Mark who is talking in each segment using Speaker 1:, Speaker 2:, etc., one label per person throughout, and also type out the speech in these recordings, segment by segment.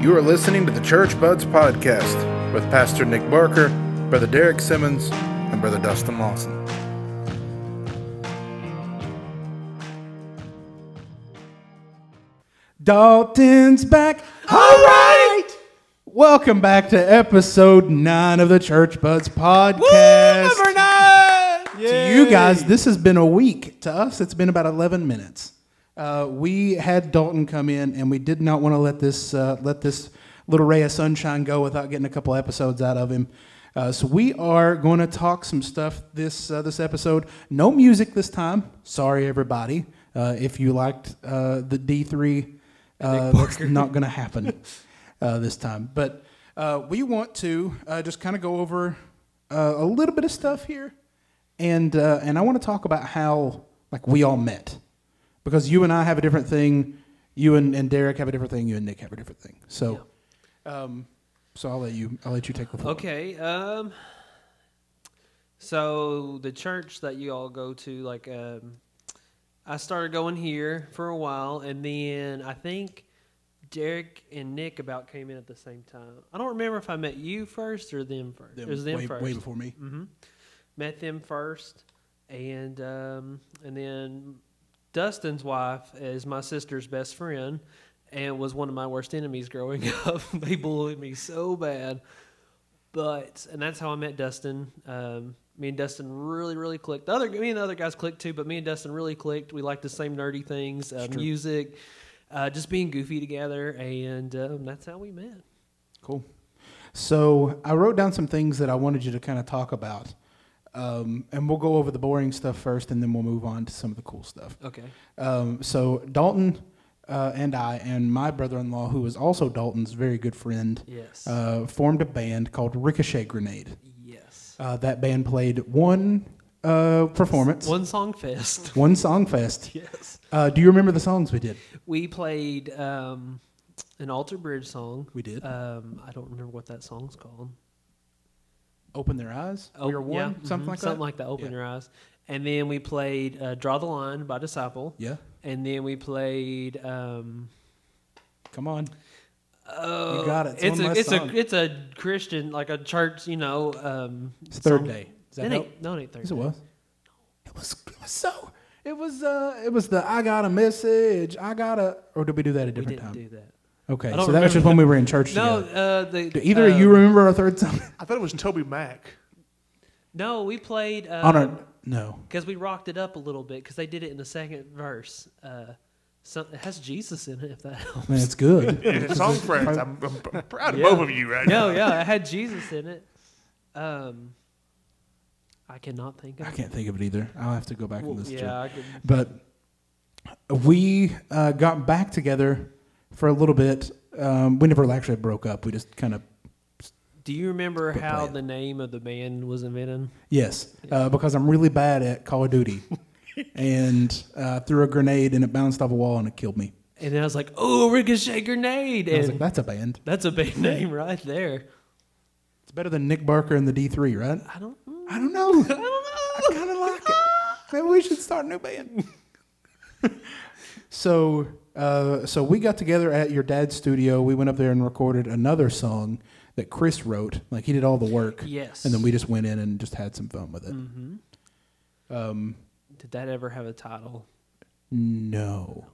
Speaker 1: You are listening to the Church Buds Podcast with Pastor Nick Barker, Brother Derek Simmons, and Brother Dustin Lawson.
Speaker 2: Dalton's back. All right. Welcome back to episode nine of the Church Buds podcast.
Speaker 3: Number nine.
Speaker 2: To you guys, this has been a week. To us, it's been about 11 minutes. Uh, we had Dalton come in, and we did not want to let this uh, let this little ray of sunshine go without getting a couple episodes out of him. Uh, so we are going to talk some stuff this uh, this episode. No music this time. Sorry, everybody. Uh, if you liked uh, the D3 uh, that's not going to happen uh, this time. But uh, we want to uh, just kind of go over uh, a little bit of stuff here, and uh, and I want to talk about how like we all met, because you and I have a different thing, you and, and Derek have a different thing, you and Nick have a different thing. So, um, so I'll let you I'll let you take the floor.
Speaker 3: Okay. Um. So the church that you all go to, like, um, I started going here for a while, and then I think Derek and Nick about came in at the same time. I don't remember if I met you first or them first.
Speaker 2: Them
Speaker 3: it was them
Speaker 2: way,
Speaker 3: first.
Speaker 2: way before me.
Speaker 3: hmm Met them first, and um, and then Dustin's wife is my sister's best friend, and was one of my worst enemies growing up. they bullied me so bad, but and that's how I met Dustin. Um, me and Dustin really, really clicked. The other me and the other guys clicked too, but me and Dustin really clicked. We liked the same nerdy things, uh, music, uh, just being goofy together, and um, that's how we met.
Speaker 2: Cool. So I wrote down some things that I wanted you to kind of talk about, um, and we'll go over the boring stuff first, and then we'll move on to some of the cool stuff.
Speaker 3: Okay.
Speaker 2: Um, so Dalton uh, and I and my brother-in-law, who is also Dalton's very good friend,
Speaker 3: Yes.
Speaker 2: uh, formed a band called Ricochet Grenade.
Speaker 3: yes.
Speaker 2: Uh, that band played one uh, performance, one,
Speaker 3: One song fest.
Speaker 2: song fest.
Speaker 3: yes.
Speaker 2: Uh, do you remember the songs we did?
Speaker 3: We played um, an Alter Bridge song.
Speaker 2: We did.
Speaker 3: Um, I don't remember what that song's called.
Speaker 2: Open Their Eyes. we are one,
Speaker 3: yeah,
Speaker 2: something
Speaker 3: mhm,
Speaker 2: like
Speaker 3: something
Speaker 2: that.
Speaker 3: like that. Open
Speaker 2: Yeah.
Speaker 3: Your Eyes. And then we played uh, Draw the Line by Disciple.
Speaker 2: yeah,
Speaker 3: And then we played. Um,
Speaker 2: come on.
Speaker 3: oh,
Speaker 2: got it. It's
Speaker 3: It's,
Speaker 2: one
Speaker 3: a
Speaker 2: less
Speaker 3: it's
Speaker 2: song.
Speaker 3: a it's a Christian like a church. You know. Um,
Speaker 2: It's third
Speaker 3: song.
Speaker 2: day. Does
Speaker 3: It
Speaker 2: that help?
Speaker 3: ain't, no, it ain't third.
Speaker 2: Yes, it
Speaker 3: Day.
Speaker 2: was. It was. It was so. It was. Uh, it was the I got a message. I got a. Or did we do that a
Speaker 3: We
Speaker 2: different
Speaker 3: didn't
Speaker 2: time?
Speaker 3: do that.
Speaker 2: Okay,
Speaker 3: I
Speaker 2: so that was
Speaker 3: don't remember
Speaker 2: just
Speaker 3: that.
Speaker 2: when we were in church
Speaker 3: No,
Speaker 2: together.
Speaker 3: uh, the,
Speaker 2: Do either of
Speaker 3: uh,
Speaker 2: you remember our third song?
Speaker 4: I thought it was Toby Mac.
Speaker 3: No, we played. Uh,
Speaker 2: On our no.
Speaker 3: because we rocked it up a little bit because they did it in the second verse. Uh, some, it has Jesus in it, if that helps.
Speaker 2: Man, it's good.
Speaker 4: And Song friends. I'm, I'm pr- proud of
Speaker 3: Yeah.
Speaker 4: both of you right
Speaker 3: no,
Speaker 4: now.
Speaker 3: yeah, it had Jesus in it. Um, I cannot think of.
Speaker 2: I can't think of it either. I'll have to go back
Speaker 3: Well,
Speaker 2: and listen to it.
Speaker 3: yeah, I could,
Speaker 2: but we uh, got back together for a little bit. Um, we never actually broke up. We just kind of
Speaker 3: do you remember
Speaker 2: Quit
Speaker 3: how
Speaker 2: playing.
Speaker 3: the name of the band was invented?
Speaker 2: yes, uh, because I'm really bad at Call of Duty, and uh, threw a grenade and it bounced off a wall and it killed me.
Speaker 3: And then I was like, "Oh, ricochet grenade!"
Speaker 2: And I was
Speaker 3: And
Speaker 2: like, that's a band.
Speaker 3: that's a band name right there.
Speaker 2: It's better than Nick Barker and the D3, right?
Speaker 3: I don't. mm,
Speaker 2: I don't know. I don't know. I kind of like it. Maybe we should start a new band. so, uh, so we got together at your dad's studio. We went up there and recorded another song that Chris wrote. Like he did all the work.
Speaker 3: Yes.
Speaker 2: And then we just went in and just had some fun with it.
Speaker 3: Mhm.
Speaker 2: Um,
Speaker 3: Did that ever have a title?
Speaker 2: no.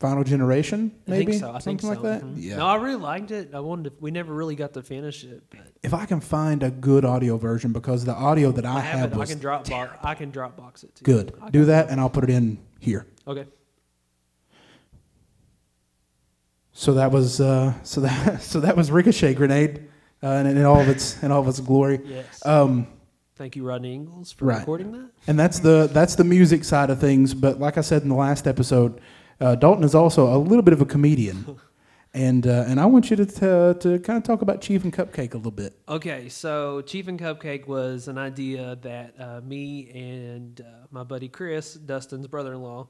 Speaker 2: Final Generation, maybe
Speaker 3: I think so. I
Speaker 2: something
Speaker 3: think so.
Speaker 2: like that.
Speaker 3: mhm.
Speaker 2: Yeah.
Speaker 3: No, I really liked it. I wanted. To, we never really got to finish it, but
Speaker 2: if I can find a good audio version, because the audio that I,
Speaker 3: I, have
Speaker 2: have
Speaker 3: it. I
Speaker 2: was
Speaker 3: can drop box. I can drop box it. To you.
Speaker 2: good. Do that, and I'll put it in here.
Speaker 3: Okay.
Speaker 2: So that was uh, so that so that was Ricochet Grenade, uh, and in all of its in all of its glory.
Speaker 3: Yes.
Speaker 2: Um,
Speaker 3: Thank you, Rodney Ingalls, for
Speaker 2: right.
Speaker 3: recording that.
Speaker 2: and that's the that's the music side of things. But like I said in the last episode, uh, Dalton is also a little bit of a comedian, and uh, and I want you to t- to kind of talk about Chief and Cupcake a little bit.
Speaker 3: Okay, so Chief and Cupcake was an idea that uh, me and uh, my buddy Chris, Dustin's brother-in-law,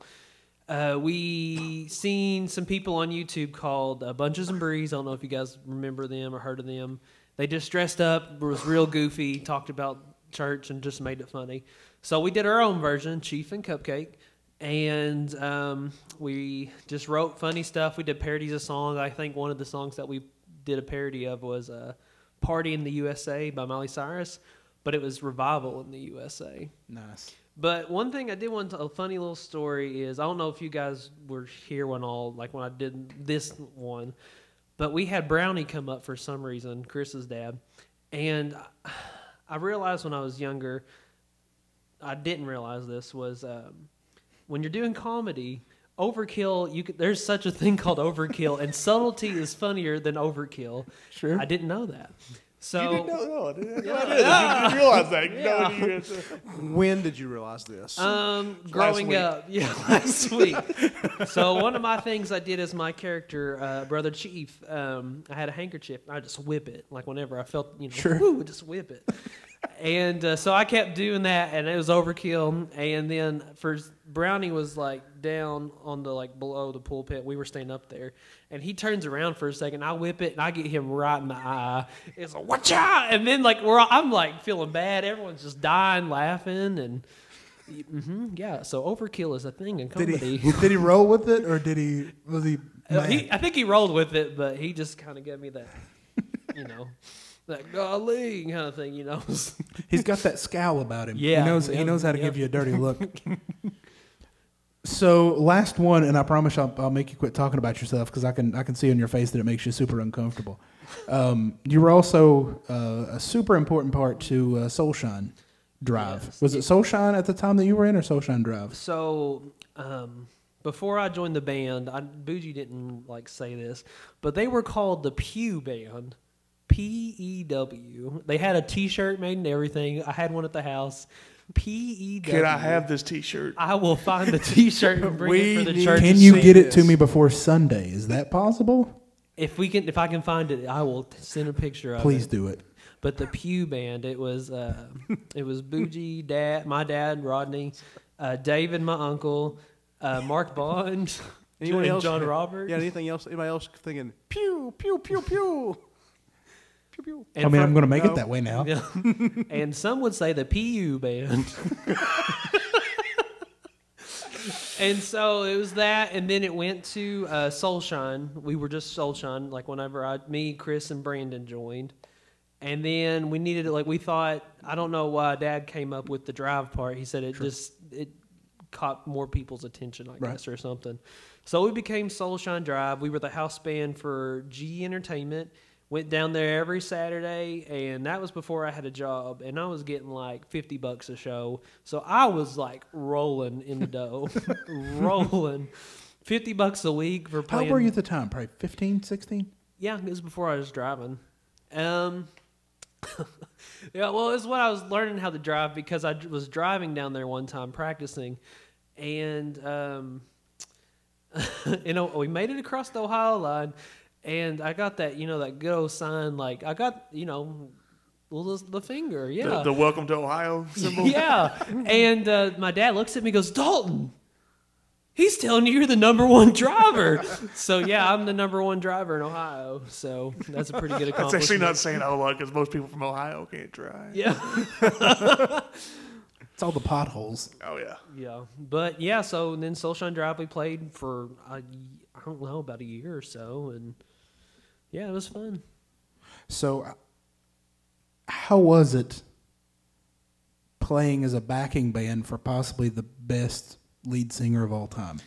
Speaker 3: uh, we seen some people on YouTube called uh, Bunches and Breeze. I don't know if you guys remember them or heard of them. They just dressed up, was real goofy, talked about church, and just made it funny. So we did our own version, Chief and Cupcake, and um, we just wrote funny stuff. We did parodies of songs. I think one of the songs that we did a parody of was uh, "Party in the USA" by Miley Cyrus, but it was "Revival in the USA."
Speaker 2: Nice.
Speaker 3: But one thing I did want to, a funny little story is I don't know if you guys were here when all like when I did this one, but we had Brownie come up for some reason, Chris's dad, and I- I realized when I was younger, I didn't realize this was um, when you're doing comedy. Overkill, you could, there's such a thing called overkill, and subtlety is funnier than overkill.
Speaker 2: Sure.
Speaker 3: I didn't know that. So
Speaker 4: you didn't know, no, I didn't, no, I didn't. You didn't realize that. No, you
Speaker 5: When did you realize this?
Speaker 3: Um, growing
Speaker 4: week.
Speaker 3: up, yeah, last week. so one of my things I did as my character, uh, brother Chief, um, I had a handkerchief. and I just whip it like whenever I felt, you know,
Speaker 2: Sure.
Speaker 3: woo, just whip it. and uh, so I kept doing that, and it was overkill. And then for Brownie was like down on the like below the pulpit. We were staying up there, and he turns around for a second. I whip it, and I get him right in the eye. It's like whatcha, and then like we're all, I'm like feeling bad. Everyone's just dying laughing and. hmm yeah, so overkill is a thing in
Speaker 2: Did
Speaker 3: comedy.
Speaker 2: he did he roll with it or did he was he?
Speaker 3: Uh,
Speaker 2: mad?
Speaker 3: he, I think he rolled with it, but he just kind of gave me that, you know, that golly kind of thing, you know.
Speaker 2: He's got that scowl about him.
Speaker 3: Yeah.
Speaker 2: he knows he
Speaker 3: Yep.
Speaker 2: knows how to
Speaker 3: Yep.
Speaker 2: give you a dirty look. so last one, and I promise I'll, I'll make you quit talking about yourself because I can I can see on your face that it makes you super uncomfortable. Um, you were also uh, a super important part to uh, Soulshine Drive.
Speaker 3: Yes.
Speaker 2: Was it Soulshine at the time that you were in, or Soulshine Drive?
Speaker 3: so, um, before I joined the band, I, Bougie didn't like say this, but they were called the Pew Band, P E W. They had a T-shirt made and everything. I had one at the house. P E W.
Speaker 4: Can I have this T-shirt?
Speaker 3: I will find the T-shirt and bring it
Speaker 5: We
Speaker 3: for the
Speaker 5: need-
Speaker 3: church.
Speaker 2: Can
Speaker 5: to
Speaker 2: you
Speaker 5: see
Speaker 2: get it to
Speaker 5: this.
Speaker 2: me before Sunday? Is that possible?
Speaker 3: If we can, if I can find it, I will send a picture of it.
Speaker 2: Please do it.
Speaker 3: but the Pew Band. It was uh, it was Bougie, Dad, my dad, Rodney, uh, David, my uncle, uh, Mark Bond, and John Roberts.
Speaker 5: Yeah, anything else? Anybody else thinking pew pew pew pew pew pew?
Speaker 3: and
Speaker 2: I mean,
Speaker 3: for-
Speaker 2: I'm going to make
Speaker 5: no.
Speaker 2: it that way now.
Speaker 3: Yeah. and some would say the PU band. and so it was that, and then it went to uh, Soulshine. We were just Soulshine, like whenever I, me, Chris, and Brandon joined. And then we needed it, like we thought. I don't know why Dad came up with the drive part. He said it just it caught more people's attention, I
Speaker 2: Right.
Speaker 3: guess, or something. So we became Soulshine Drive. We were the house band for G Entertainment. Went down there every Saturday, and that was before I had a job, and I was getting like fifty bucks a show. So I was like rolling in the dough, rolling, fifty bucks a week
Speaker 2: How
Speaker 3: for playing.
Speaker 2: old were you at the time? Probably 15, 16?
Speaker 3: Yeah, it was before I was driving. Um, yeah, well, it's when I was learning how to drive because I d- was driving down there one time practicing, and um, you know we made it across the Ohio line, and I got that you know that good old sign like I got you know well, the, the finger yeah
Speaker 4: The, the Welcome to Ohio symbol.
Speaker 3: yeah. And uh, my dad looks at me and goes, Dalton, he's telling you you're the number one driver. so, yeah, I'm the number one driver in Ohio. So, that's a pretty good accomplishment.
Speaker 4: That's actually not saying a whole lot because most people from Ohio can't drive.
Speaker 3: Yeah.
Speaker 2: It's all the potholes.
Speaker 4: Oh yeah.
Speaker 3: Yeah. But, yeah, so then Soulshine Drive, we played for, a y- I don't know, about a year or so. And, yeah, it was fun.
Speaker 2: So, uh, how was it playing as a backing band for possibly the best lead singer of all time?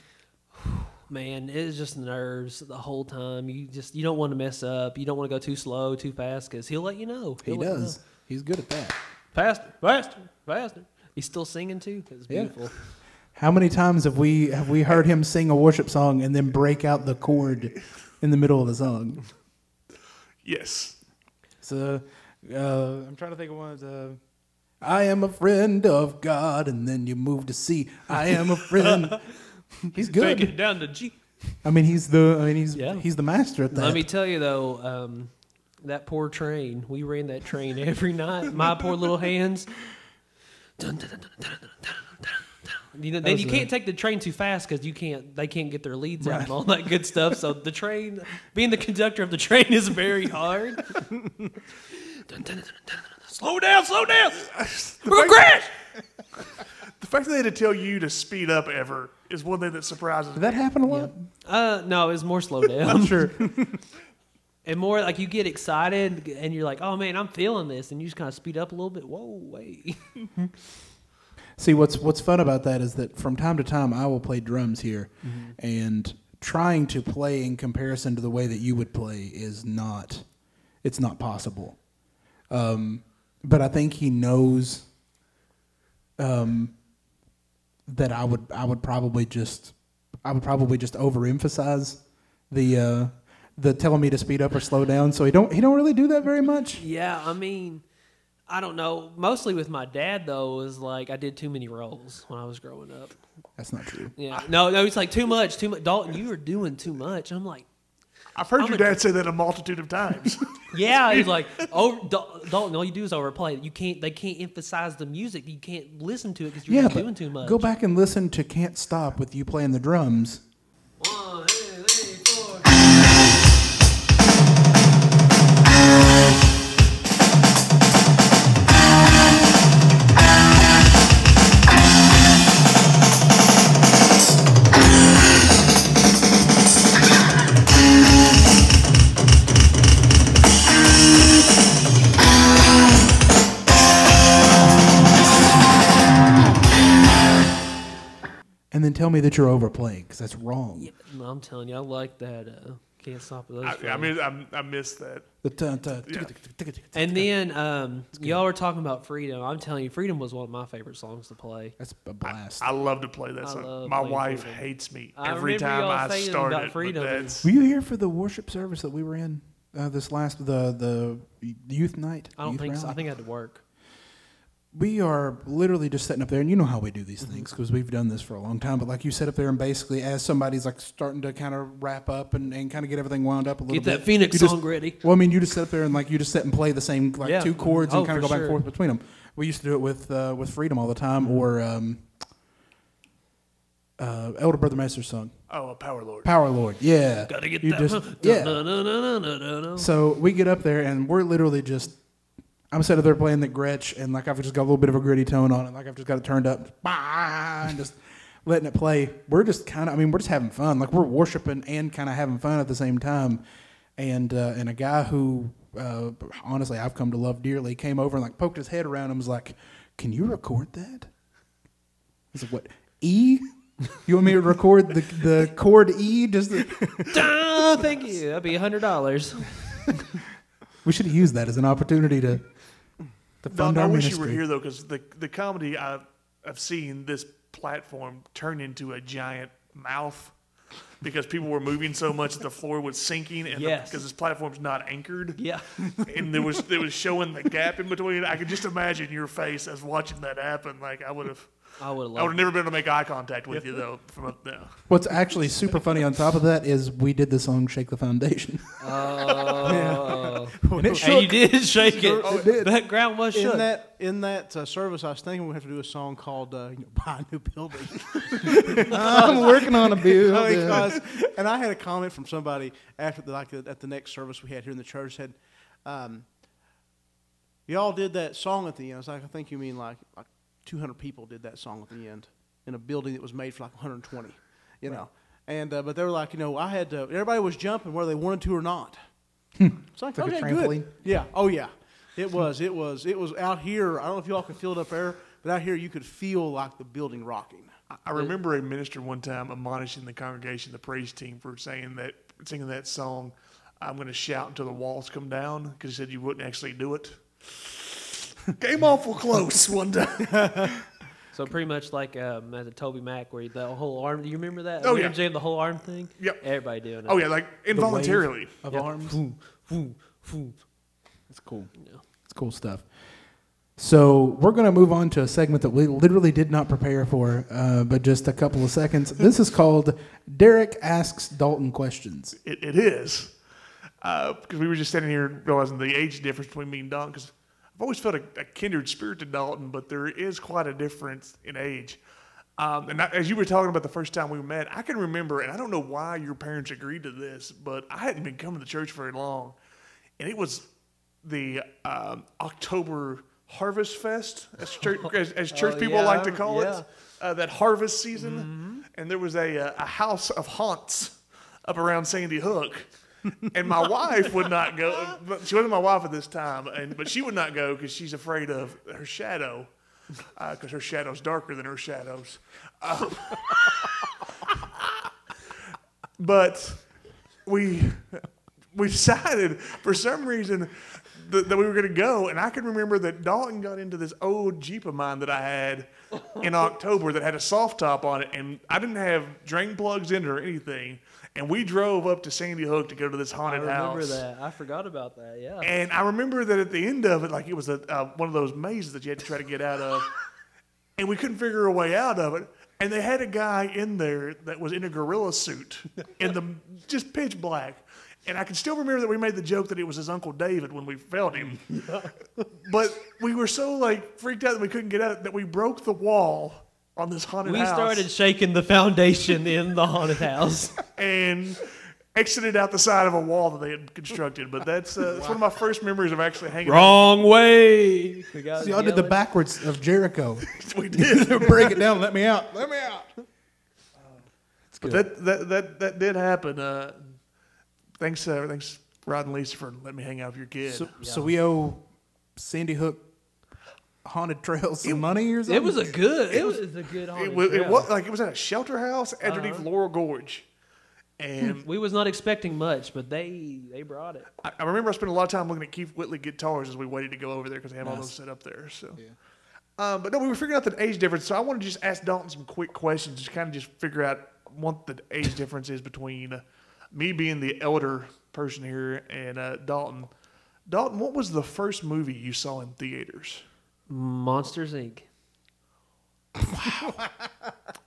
Speaker 3: Man, it was just nerves the whole time. You just you don't want to mess up. You don't want to go too slow, too fast, because he'll let you know.
Speaker 2: He
Speaker 3: He'll let you know.
Speaker 2: does. He's good at that.
Speaker 3: Faster, faster, faster. He's still singing too. It's
Speaker 2: Yeah.
Speaker 3: beautiful.
Speaker 2: How many times have we have we heard him sing a worship song and then break out the chord in the middle of the song?
Speaker 4: Yes.
Speaker 2: So, uh, I'm trying to think of one of the. I am a friend of God, and then you move to C. I am a friend. He's
Speaker 3: Take
Speaker 2: good.
Speaker 3: it down to G.
Speaker 2: I mean, he's the. I mean, he's
Speaker 3: Yeah.
Speaker 2: he's the master at that.
Speaker 3: Let me tell you though, um, that poor train. We ran that train every night. My poor little hands. Dun, dun, dun, dun, dun, dun, dun, dun, dun. You know, then
Speaker 2: was
Speaker 3: you
Speaker 2: a-
Speaker 3: can't take the train too fast because you can't. They can't get their leads out and all that good stuff. So the train, being the conductor of the train, is very hard. Dun, dun, dun, dun, dun, dun, dun. Slow down, slow down. We're gonna crash.
Speaker 4: The fact that they had to tell you to speed up ever is one thing that surprises
Speaker 2: Did
Speaker 4: me.
Speaker 2: that happen a lot?
Speaker 3: Uh, no, it's more slow down. sure. and more like you get excited and you're like, oh man, I'm feeling this, and you just kind of speed up a little bit. Whoa, wait.
Speaker 2: See, what's what's fun about that is that from time to time I will play drums here, and trying to play in comparison to the way that you would play is not, it's not possible. Um, but I think he knows um, that I would I would probably just I would probably just overemphasize the uh, the telling me to speed up or slow down. So he don't he don't really do that very much.
Speaker 3: yeah, I mean, I don't know. Mostly with my dad though is like I did too many rolls when I was growing up.
Speaker 2: That's not true.
Speaker 3: Yeah. No, no, it's like too much, too much. Dalton, you were doing too much. I'm like,
Speaker 4: I've heard
Speaker 3: I'm
Speaker 4: your
Speaker 3: a-
Speaker 4: dad say that a multitude of times.
Speaker 3: yeah. He's like, oh, Dal- Dalton, all you do is overplay. it. You can't. They can't emphasize the music. You can't listen to it because you're
Speaker 2: yeah,
Speaker 3: just
Speaker 2: but
Speaker 3: doing too much.
Speaker 2: go back and listen to "Can't Stop" with you playing the drums.
Speaker 3: One, two, three, four.
Speaker 2: and then tell me that you're overplaying because that's wrong.
Speaker 3: Yeah, no, I'm telling you, I like that. Uh, can't stop with those.
Speaker 4: I, I
Speaker 3: fellas.
Speaker 4: mean, I, I miss that.
Speaker 2: The ta- ta-
Speaker 4: Yeah.
Speaker 3: and then um, y'all were talking about freedom. I'm telling you, freedom was one of my favorite songs to play.
Speaker 2: That's a blast.
Speaker 4: I love to play that
Speaker 3: I
Speaker 4: song.
Speaker 3: love
Speaker 4: My
Speaker 3: playing
Speaker 4: wife
Speaker 3: Freedom.
Speaker 4: hates me
Speaker 3: I
Speaker 4: every
Speaker 3: remember
Speaker 4: time
Speaker 3: y'all
Speaker 4: I
Speaker 3: saying
Speaker 4: start
Speaker 3: about
Speaker 4: it. But
Speaker 3: Freedom.
Speaker 4: that's,
Speaker 2: were you here for the worship service that we were in uh, this last the the youth night?
Speaker 3: I don't
Speaker 2: youth
Speaker 3: think so. I
Speaker 2: rally?
Speaker 3: think I had to work.
Speaker 2: we are literally just sitting up there, and you know how we do
Speaker 3: Mm-hmm.
Speaker 2: these things because we've done this for a long time. But like you sit up there, and basically, as somebody's like starting to kind of wrap up and, and kind of get everything wound up a little
Speaker 3: Get
Speaker 2: bit,
Speaker 3: that Phoenix
Speaker 2: you just-
Speaker 3: song ready.
Speaker 2: Well, I mean, you just sit up there and like you just sit and play the same like
Speaker 3: Yeah.
Speaker 2: two chords and
Speaker 3: Oh,
Speaker 2: kind of
Speaker 3: for
Speaker 2: go back and
Speaker 3: sure. Mm-hmm.
Speaker 2: forth between them. We used to do it with uh, with Freedom all the time, or um, uh, Elder Brother Master song.
Speaker 4: oh, a power lord.
Speaker 2: Power Lord, yeah.
Speaker 3: Gotta get
Speaker 2: You
Speaker 3: that.
Speaker 2: just-
Speaker 3: huh?
Speaker 2: yeah.
Speaker 3: Dun-dun-dun-dun-dun-dun-dun.
Speaker 2: So we get up there and we're literally just. I'm sitting there playing the Gretsch, and like I've just got a little bit of a gritty tone on it. Like I've just got it turned up, bah, and just letting it play. We're just kind of, I mean, we're just having fun. Like we're worshiping and kind of having fun at the same time. And uh, and a guy who, uh, honestly, I've come to love dearly, came over and like poked his head around and was like, "Can you record that?" I said, "What E? You want me to record the the chord E? Just the,
Speaker 3: Dun, Thank you. That'd be a hundred dollars.
Speaker 2: We should use that as an opportunity to to
Speaker 4: No,
Speaker 2: fund
Speaker 4: no, I
Speaker 2: our
Speaker 4: wish
Speaker 2: ministry.
Speaker 4: you were here though, because the the comedy I've, I've seen this platform turn into a giant mouth because people were moving so much that the floor was sinking, and
Speaker 3: Yes.
Speaker 4: because this platform's not anchored,
Speaker 3: Yeah.
Speaker 4: and there was there was showing the gap in between. I could just imagine your face as watching that happen. Like I would have.
Speaker 3: I would have
Speaker 4: I would have
Speaker 3: loved.
Speaker 4: never been able to make eye contact with you though from up there.
Speaker 2: What's actually super funny on top of that is we did the song "Shake the Foundation,"
Speaker 3: Oh.
Speaker 2: and it
Speaker 3: And you
Speaker 2: shook.
Speaker 3: did shake
Speaker 4: Oh,
Speaker 2: It
Speaker 3: it.
Speaker 2: did.
Speaker 3: Background was
Speaker 5: In
Speaker 3: shook.
Speaker 5: that in that uh, service, I was thinking we have to do a song called uh, you know, "Buy a New Building,"
Speaker 2: I'm working on a
Speaker 5: Oh,
Speaker 2: bill.
Speaker 5: because- and I had a comment from somebody after the, like at the next service we had here in the church said, um, "Y'all did that song at the end." I was like, "I think you mean like like 200 people did that song at the end in a building that was made for like 120, you know." And uh, but they were like, you know, I had to. Everybody was jumping whether they wanted to or not. It's like,
Speaker 2: Hmm. Like a
Speaker 5: okay,
Speaker 2: trampoline? Hmm.
Speaker 5: good. Yeah. Oh yeah. It was. It was. It was out here. I don't know if y'all could feel it up there, but out here you could feel like the building rocking.
Speaker 4: I- I remember a minister one time admonishing the congregation, the praise team, for saying that singing that song. I'm going to shout until the walls come down because he said you wouldn't actually do it. Came awful close one time.
Speaker 3: So pretty much like um, at the Toby Mac, where the whole arm. Do you remember that?
Speaker 4: Oh,
Speaker 3: We were
Speaker 4: yeah.
Speaker 3: doing the whole arm thing.
Speaker 4: Yep.
Speaker 3: Everybody doing it.
Speaker 4: Oh yeah, like involuntarily.
Speaker 2: Of
Speaker 3: Yeah.
Speaker 2: arms,
Speaker 3: Woo, woo.
Speaker 2: it's cool.
Speaker 3: Yeah.
Speaker 2: It's cool stuff. So we're going to move on to a segment that we literally did not prepare for, uh, but just a couple of seconds. This is called "Derek Asks Dalton Questions."
Speaker 4: It, it is because we were just standing here realizing the age difference between me and Dalton. Because I've always felt a, a kindred spirit to Dalton, but there is quite a difference in age. Um, and I, as you were talking about the first time we met, I can remember, and I don't know why your parents agreed to this, but I hadn't been coming to church very long, and it was the um, October harvest fest, as church, as, as church people like to
Speaker 3: Oh, yeah,
Speaker 4: call
Speaker 3: yeah.
Speaker 4: it, uh, that harvest season. And there was a, uh, a house of haunts up around Sandy Hook. And my wife would not go. but She wasn't my wife at this time, and, but she would not go because she's afraid of her shadow, because her shadow's darker than her shadows. Um, but we we decided for some reason that, that we were going to go. And I can remember that Dalton got into this old Jeep of mine that I had in October that had a soft top on it. And I didn't have drain plugs in it or anything. And we drove up to Sandy Hook to go to this
Speaker 3: I
Speaker 4: haunted
Speaker 3: remember
Speaker 4: house.
Speaker 3: that. I forgot about that. Yeah.
Speaker 4: And I remember that at the end of it, like it was a, uh, one of those mazes that you had to try to get out of, and we couldn't figure a way out of it. And they had a guy in there that was in a gorilla suit, in the just pitch black. And I can still remember that we made the joke that it was his uncle David when we felt him. but we were so like freaked out that we couldn't get out that we broke the wall on this haunted
Speaker 3: we
Speaker 4: house
Speaker 3: started shaking the foundation in the haunted house.
Speaker 4: and exited out the side of a wall that they had constructed. But that's, uh, that's one of my first memories of actually hanging. out.
Speaker 3: Wrong way. We got
Speaker 2: So y'all did the
Speaker 3: yelling.
Speaker 2: backwards of Jericho.
Speaker 4: We did.
Speaker 2: Break it down. Let me out. Let me out.
Speaker 4: But that that that that did happen. Uh, thanks, uh, thanks, Rod and Lisa, for letting me hang out with your kid.
Speaker 2: So, so we owe Sandy Hook haunted trails some money or something.
Speaker 3: It was a good. It was a good
Speaker 4: it,
Speaker 3: haunted
Speaker 4: wa- it
Speaker 3: trail.
Speaker 4: was like it was at a shelter house underneath Laurel Gorge, and
Speaker 3: We was not expecting much, but they they brought it.
Speaker 4: I, I remember I spent a lot of time looking at Keith Whitley guitars as we waited to go over there because they had all those set up there. So. Um, but no, we were figuring out the age difference, so I want to just ask Dalton some quick questions to kind of just figure out what the age difference is between uh, me being the elder person here and uh, Dalton. Dalton, what was the first movie you saw in theaters?
Speaker 3: Monsters Inc.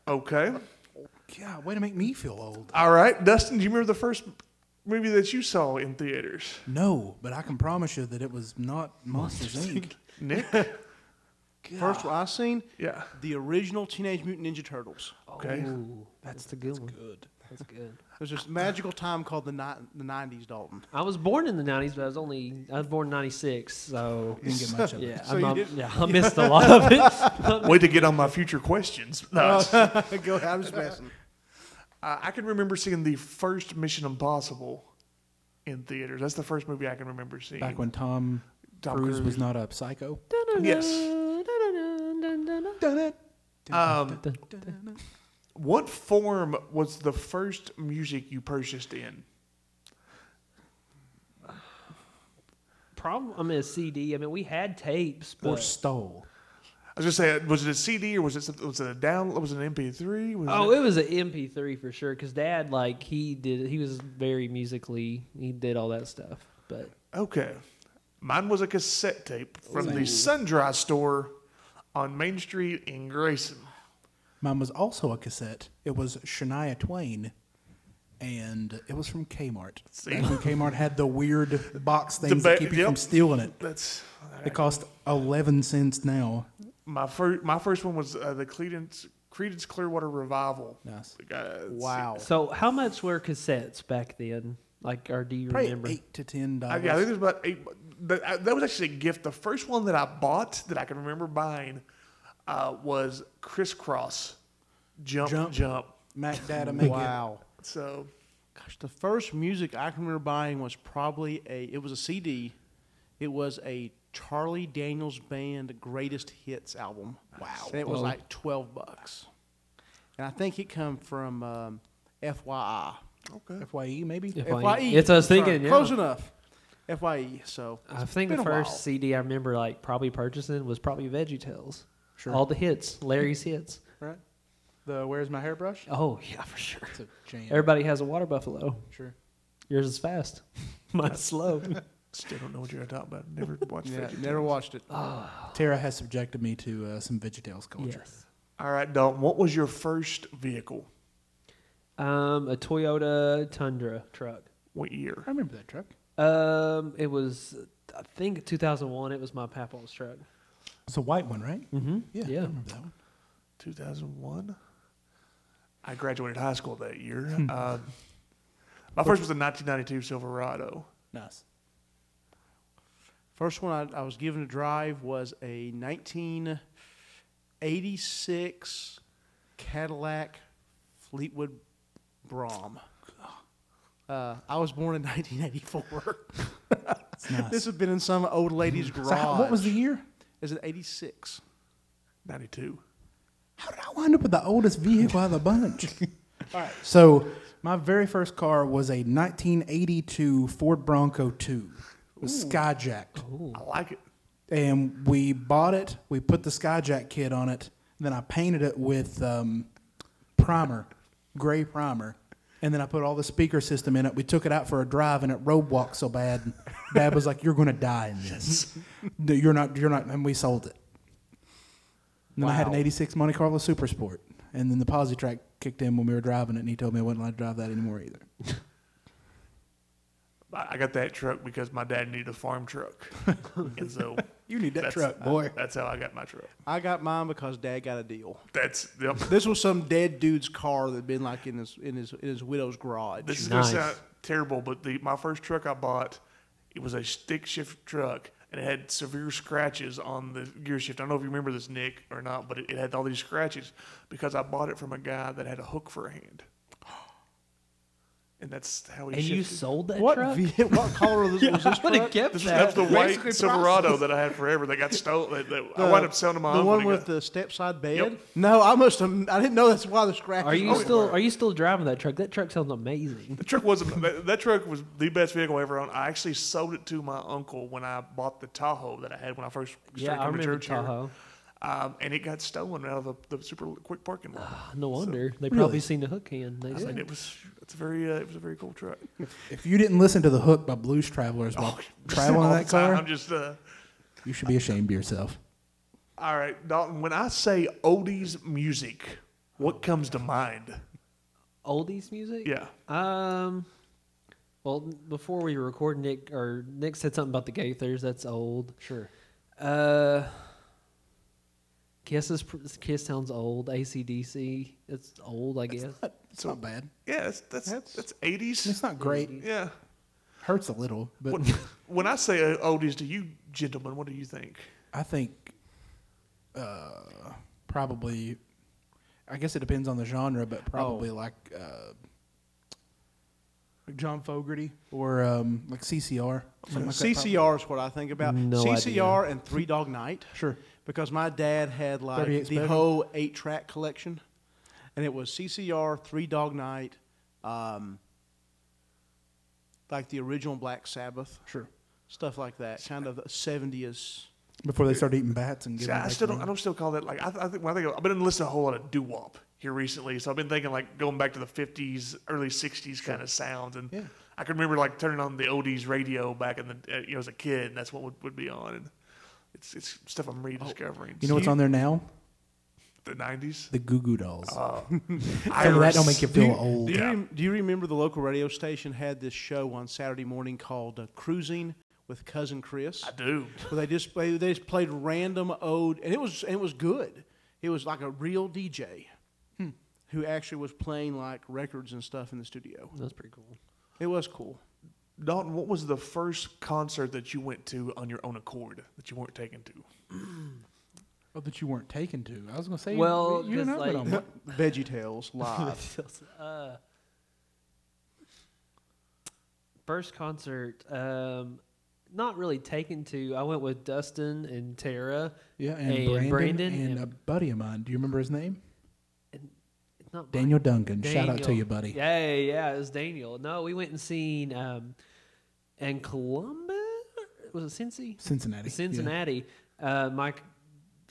Speaker 4: Okay.
Speaker 2: Yeah, way to make me feel old.
Speaker 4: All right. Dustin, do you remember the first movie that you saw in theaters?
Speaker 2: No, but I can promise you that it was not Monsters Inc.
Speaker 4: Nick?
Speaker 5: First one I seen,
Speaker 4: Yeah.
Speaker 5: the original Teenage Mutant Ninja Turtles.
Speaker 4: Okay.
Speaker 3: Ooh, that's the good one. Good. That's good.
Speaker 5: There's this magical time called the ni- the nineties, Dalton.
Speaker 3: I was born in the '90s, but I was only I was born in '96, so
Speaker 2: Didn't get much of it.
Speaker 3: yeah,
Speaker 5: So
Speaker 3: I'm,
Speaker 5: you
Speaker 3: I'm-
Speaker 5: didn't-
Speaker 3: yeah, I missed a lot of it.
Speaker 4: Way to get on my future questions. No, it's-
Speaker 5: Go ahead, I'm just messing.
Speaker 4: uh, I can remember seeing the first Mission Impossible in theaters. That's the first movie I can remember seeing.
Speaker 2: Back when Tom,
Speaker 4: Tom
Speaker 2: Cruise,
Speaker 4: Cruise.
Speaker 2: was not a psycho.
Speaker 4: Yes. Um, what form was the first music you purchased in?
Speaker 3: Problem. I mean, a CD. I mean, we had tapes,
Speaker 2: Or
Speaker 3: but
Speaker 2: stole.
Speaker 4: I was gonna say, was it a CD or was it something, was it a down? Was it an MP3? Was
Speaker 3: oh,
Speaker 4: it,
Speaker 3: it was an MP3 for sure. Because Dad, like, he did. He was very musically. He did all that stuff. But
Speaker 4: okay. Mine was a cassette tape from the Sundry store on Main Street in Grayson.
Speaker 2: Mine was also a cassette. It was Shania Twain, and it was from Kmart.
Speaker 4: See?
Speaker 2: Back when Kmart had the weird box things
Speaker 4: ba-
Speaker 2: that keep you
Speaker 4: yep.
Speaker 2: from stealing it.
Speaker 4: That's
Speaker 2: It cost eleven cents now.
Speaker 4: my first. My first one was uh, the Credence Credence Clearwater Revival.
Speaker 2: Nice.
Speaker 4: Like, uh, let's see.
Speaker 5: Wow.
Speaker 3: so, how much were cassettes back then? Like, or do you
Speaker 2: Probably
Speaker 3: remember?
Speaker 2: eight to ten
Speaker 4: I, yeah, I
Speaker 2: dollars.
Speaker 4: think there's about eight. That, I- that was actually a gift. The first one that I bought that I can remember buying uh, was crisscross, jump,
Speaker 2: Jump.
Speaker 4: jump,
Speaker 2: Mac Data make
Speaker 5: Wow.
Speaker 4: So
Speaker 5: Gosh, the first music I can remember buying was probably a. It was a CD. It was a Charlie Daniels Band Greatest Hits album. Wow. And it was
Speaker 3: Whoa.
Speaker 5: like twelve bucks. And I think it come from um, FYI.
Speaker 4: okay,
Speaker 2: it FYE E, maybe.
Speaker 3: If I-
Speaker 5: FYE.
Speaker 3: It's what I was
Speaker 5: E. Sorry,
Speaker 3: thinking, yeah.
Speaker 5: Close enough. FYE. So
Speaker 3: I think
Speaker 5: been
Speaker 3: the
Speaker 5: a
Speaker 3: first
Speaker 5: while.
Speaker 3: CD I remember like probably purchasing was probably Veggie Tales. Sure. All the hits, Larry's hits.
Speaker 2: Right. The Where's My Hairbrush?
Speaker 3: Oh yeah, for sure.
Speaker 2: It's a jam.
Speaker 3: Everybody has a water buffalo.
Speaker 2: Sure.
Speaker 3: Yours is fast. Mine's slow.
Speaker 4: still don't know what you're talking about. Never watched.
Speaker 5: yeah,
Speaker 4: Veggie
Speaker 5: never watched it.
Speaker 2: Tara has subjected me to uh, some VeggieTales culture.
Speaker 3: yes.
Speaker 4: All right, Dalton. What was your first vehicle?
Speaker 3: Um, a Toyota Tundra truck.
Speaker 4: What year?
Speaker 2: I remember that truck.
Speaker 3: Um, it was I think 2001. It was my papal's truck.
Speaker 2: It's a white one, right?
Speaker 3: Mm-hmm.
Speaker 2: Yeah. I
Speaker 3: Yeah.
Speaker 2: remember that one.
Speaker 4: 2001. I graduated high school that year.
Speaker 2: Hmm.
Speaker 4: uh, my first was a 1992 Silverado.
Speaker 2: Nice.
Speaker 5: First one I, I was given to drive was a 1986 Cadillac Fleetwood Brougham. Uh, I was born in 1984.
Speaker 2: nice.
Speaker 5: This has been in some old lady's garage.
Speaker 2: So how- what was the year?
Speaker 5: Is it 86?
Speaker 4: 92.
Speaker 2: How did I wind up with the oldest vehicle out of the bunch? All right. So my very first car was a 1982 Ford Bronco 2. It was skyjacked.
Speaker 4: I like it.
Speaker 2: and we bought it. We put the Skyjack kit on it. Then I painted it with um, primer, gray primer, and then I put all the speaker system in it. We took it out for a drive, and it road walked so bad. Dad was like, "You're going to die in this. No, You're not. You're not." And we sold it. And then I had an
Speaker 4: Wow.
Speaker 2: '86 Monte Carlo Super Sport, and then the posi track kicked in when we were driving it, and he told me I wasn't allowed to drive that anymore either.
Speaker 4: I I got that truck because my dad needed a farm truck, and so
Speaker 2: You need that
Speaker 4: that's-
Speaker 2: truck, boy.
Speaker 4: That's how I got my truck.
Speaker 5: I got mine because Dad got a deal.
Speaker 4: That's yep.
Speaker 5: This was some dead dude's car that had been like in his in his in his widow's garage.
Speaker 4: This is
Speaker 3: Nice.
Speaker 4: gonna sound terrible, but the my first truck I bought, it was a stick shift truck, and it had severe scratches on the gear shift. I don't know if you remember this, Nick, or not, but it, it had all these scratches because I bought it from a guy that had a hook for a hand, and that's how he.
Speaker 3: And you
Speaker 4: shifted.
Speaker 3: sold that
Speaker 5: what
Speaker 3: truck?
Speaker 5: ve- what color was, was this
Speaker 3: I would have
Speaker 5: truck?
Speaker 3: kept
Speaker 4: This was,
Speaker 3: that.
Speaker 4: that's the
Speaker 5: basically
Speaker 4: white Silverado that I had forever that got stolen. That, that I wound up selling to my
Speaker 5: Uh, the
Speaker 4: uncle
Speaker 5: one
Speaker 4: and he
Speaker 5: with
Speaker 4: got-
Speaker 5: the step side bed. No, I must have. I didn't know that's why the scratch.
Speaker 3: Are you still are you still driving that truck? That truck sounds amazing.
Speaker 4: The truck wasn't that, that truck was the best vehicle I ever owned. I actually sold it to my uncle when I bought the Tahoe that I had when I first started
Speaker 3: Yeah, I
Speaker 4: coming to
Speaker 3: remember
Speaker 4: church here.
Speaker 3: Tahoe.
Speaker 4: Um, and it got stolen out of the, the super quick parking lot.
Speaker 3: No wonder they
Speaker 2: Really?
Speaker 3: probably seen the hook hand. They
Speaker 4: I mean,
Speaker 3: did.
Speaker 4: it was it's a very uh, it was a very cool truck.
Speaker 2: If you didn't listen to the hook by Blues Travelers while traveling in
Speaker 4: Oh, All
Speaker 2: that
Speaker 4: the time,
Speaker 2: car,
Speaker 4: I'm just uh,
Speaker 2: you should be ashamed of yourself.
Speaker 4: all right, Dalton. When I say oldies music, what comes to mind?
Speaker 3: oldies music.
Speaker 4: Yeah.
Speaker 3: Um. Well, before we record, Nick or Nick said something about the Gaithers. That's old. Sure. Uh. Kiss is pr- Kiss sounds old. ACDC. It's old, I guess.
Speaker 2: It's not bad.
Speaker 4: Yeah, that's that's that's eighties.
Speaker 2: It's not great.
Speaker 4: Yeah.
Speaker 2: Hurts a little, but
Speaker 4: When, when I say uh, oldies to you, gentlemen, what do you think?
Speaker 2: I think uh, probably. I guess it depends on the genre, but probably like uh, like John Fogerty or um, like CCR. something like that, probably.
Speaker 5: CCR is what I think about.
Speaker 3: No
Speaker 5: CCR and Three Dog Night.
Speaker 2: Sure.
Speaker 5: Because my dad had like
Speaker 2: 38
Speaker 5: the
Speaker 2: special?
Speaker 5: whole eight track collection, and it was CCR, Three Dog Night, um, like the original Black Sabbath,
Speaker 2: Sure.
Speaker 5: stuff like that. Kind of seventies.
Speaker 2: Before they start eating bats and
Speaker 4: See,
Speaker 2: getting
Speaker 4: I still don't. I don't still call that like. I, th- I think when I think of, I've been listening to a whole lot of doo wop here recently, so I've been thinking like going back to the '50s, early '60s kind of sounds, and
Speaker 2: Yeah.
Speaker 4: I can remember like turning on the oldies radio back in the uh, you know as a kid, and that's what would, would be on, and it's it's stuff I'm rediscovering.
Speaker 2: Oh, You know what's on there now?
Speaker 4: the '90s?
Speaker 2: The Goo Goo Dolls.
Speaker 4: I
Speaker 2: so that
Speaker 4: was-
Speaker 2: don't make you
Speaker 5: Do
Speaker 2: feel
Speaker 5: you,
Speaker 2: old.
Speaker 5: do you
Speaker 4: Yeah.
Speaker 5: rem- do you remember the local radio station had this show on Saturday morning called uh, Cruising with Cousin Chris?
Speaker 4: I do.
Speaker 5: where they just play, they just played random ode, and it was and it was good. It was like a real DJ
Speaker 4: Hmm.
Speaker 5: who actually was playing like records and stuff in the studio.
Speaker 3: That's pretty cool.
Speaker 5: It was cool.
Speaker 4: Dalton, what was the first concert that you went to on your own accord that you weren't taken to?
Speaker 2: Oh, that you weren't taken to. I was gonna say.
Speaker 3: Well,
Speaker 2: you're
Speaker 3: 'cause,
Speaker 2: not
Speaker 3: like-
Speaker 2: on.
Speaker 5: Veggie Tales live.
Speaker 3: uh, first concert, um, not really taken to. I went with Dustin and Tara.
Speaker 2: Yeah, and, Brandon, and, a buddy of mine. Do you remember his name?
Speaker 3: it's not
Speaker 2: Daniel Duncan. Shout out to
Speaker 3: Daniel.
Speaker 2: you, buddy.
Speaker 3: Yeah, yeah, yeah, it was Daniel. No, we went and seen um, in Columbus. Was it Cincy?
Speaker 2: Cincinnati. yeah.
Speaker 3: Cincinnati. Uh, my c-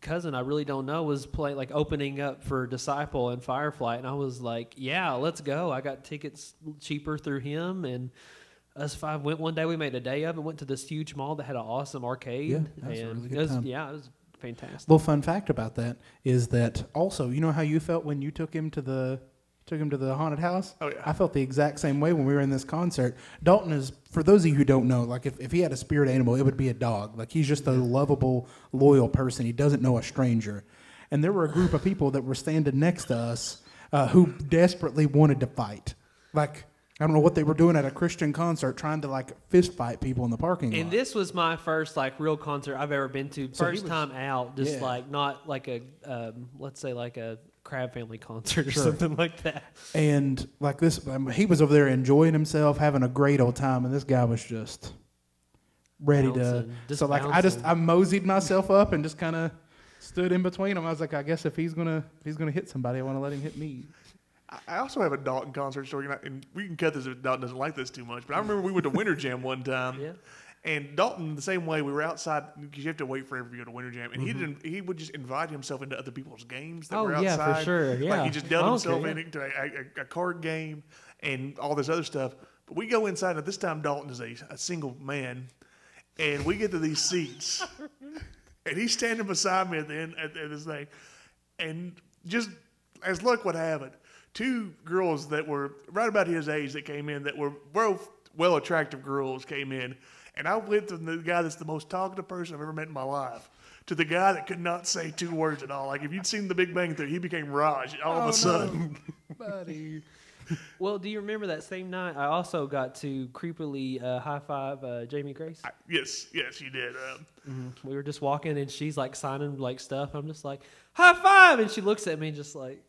Speaker 3: cousin, I really don't know, was playing like opening up for Disciple and Firefly, and I was like, "Yeah, let's go." I got tickets cheaper through him, and us five went one day. We made a day of it. Went to this huge mall that had an awesome arcade.
Speaker 2: Yeah, that was a
Speaker 3: and
Speaker 2: really
Speaker 3: it
Speaker 2: good
Speaker 3: was-
Speaker 2: time.
Speaker 3: Yeah, it was fantastic.
Speaker 2: Little fun fact about that is that also, you know how you felt when you took him to the took him to the haunted house?
Speaker 4: Oh, yeah.
Speaker 2: I felt the exact same way when we were in this concert. Dalton is for those of you who don't know, like if, if he had a spirit animal, it would be a dog. Like he's just a lovable, loyal person. He doesn't know a stranger. And there were a group of people that were standing next to us uh, who desperately wanted to fight. Like I don't know what they were doing at a Christian concert, trying to like fist fight people in the parking lot.
Speaker 3: And this was my first like real concert I've ever been to.
Speaker 2: So he
Speaker 3: First
Speaker 2: was-
Speaker 3: time out, just
Speaker 2: Yeah.
Speaker 3: like not like a um, let's say like a crab family concert or
Speaker 2: Sure.
Speaker 3: something like that.
Speaker 2: and like this, I mean, he was over there enjoying himself, having a great old time, and this guy was just ready
Speaker 3: Bouncing,
Speaker 2: to.
Speaker 3: just
Speaker 2: So like, I just
Speaker 3: bouncing.
Speaker 2: I moseyed myself up and just kind of stood in between him. I was like, I guess if he's gonna if he's gonna hit somebody, I want to let him hit me.
Speaker 4: I- I also have a Dalton concert story, and, I, and we can cut this if Dalton doesn't like this too much. But I remember we went to Winter Jam one time,
Speaker 3: Yeah.
Speaker 4: and Dalton the same way. We were outside because you have to wait forever to go to Winter Jam, and he didn't. He would just invite himself into other people's games that
Speaker 3: Mm-hmm. Oh,
Speaker 4: were outside.
Speaker 3: yeah, for sure,
Speaker 4: like
Speaker 3: yeah. Oh,
Speaker 4: he just
Speaker 3: I
Speaker 4: dealt
Speaker 3: don't
Speaker 4: himself
Speaker 3: care,
Speaker 4: in into a, a, a card game and all this other stuff. But we go inside, and this time Dalton is a, a single man, and we get to these seats. And he's standing beside me at the end at, at this thing. And just as luck would have it, two girls that were right about his age that came in that were both well attractive girls came in. And I went from the guy that's the most talkative person I've ever met in my life to the guy that could not say two words at all. Like if you'd seen the Big Bang Theory, he became Raj all of a sudden.
Speaker 2: Buddy,
Speaker 3: Well, do you remember that same night? I also got to creepily uh, high five uh, Jamie Grace.
Speaker 4: Yes, yes, you did. Um,
Speaker 3: We were just walking, and she's like signing like stuff. I'm just like high five, and she looks at me just like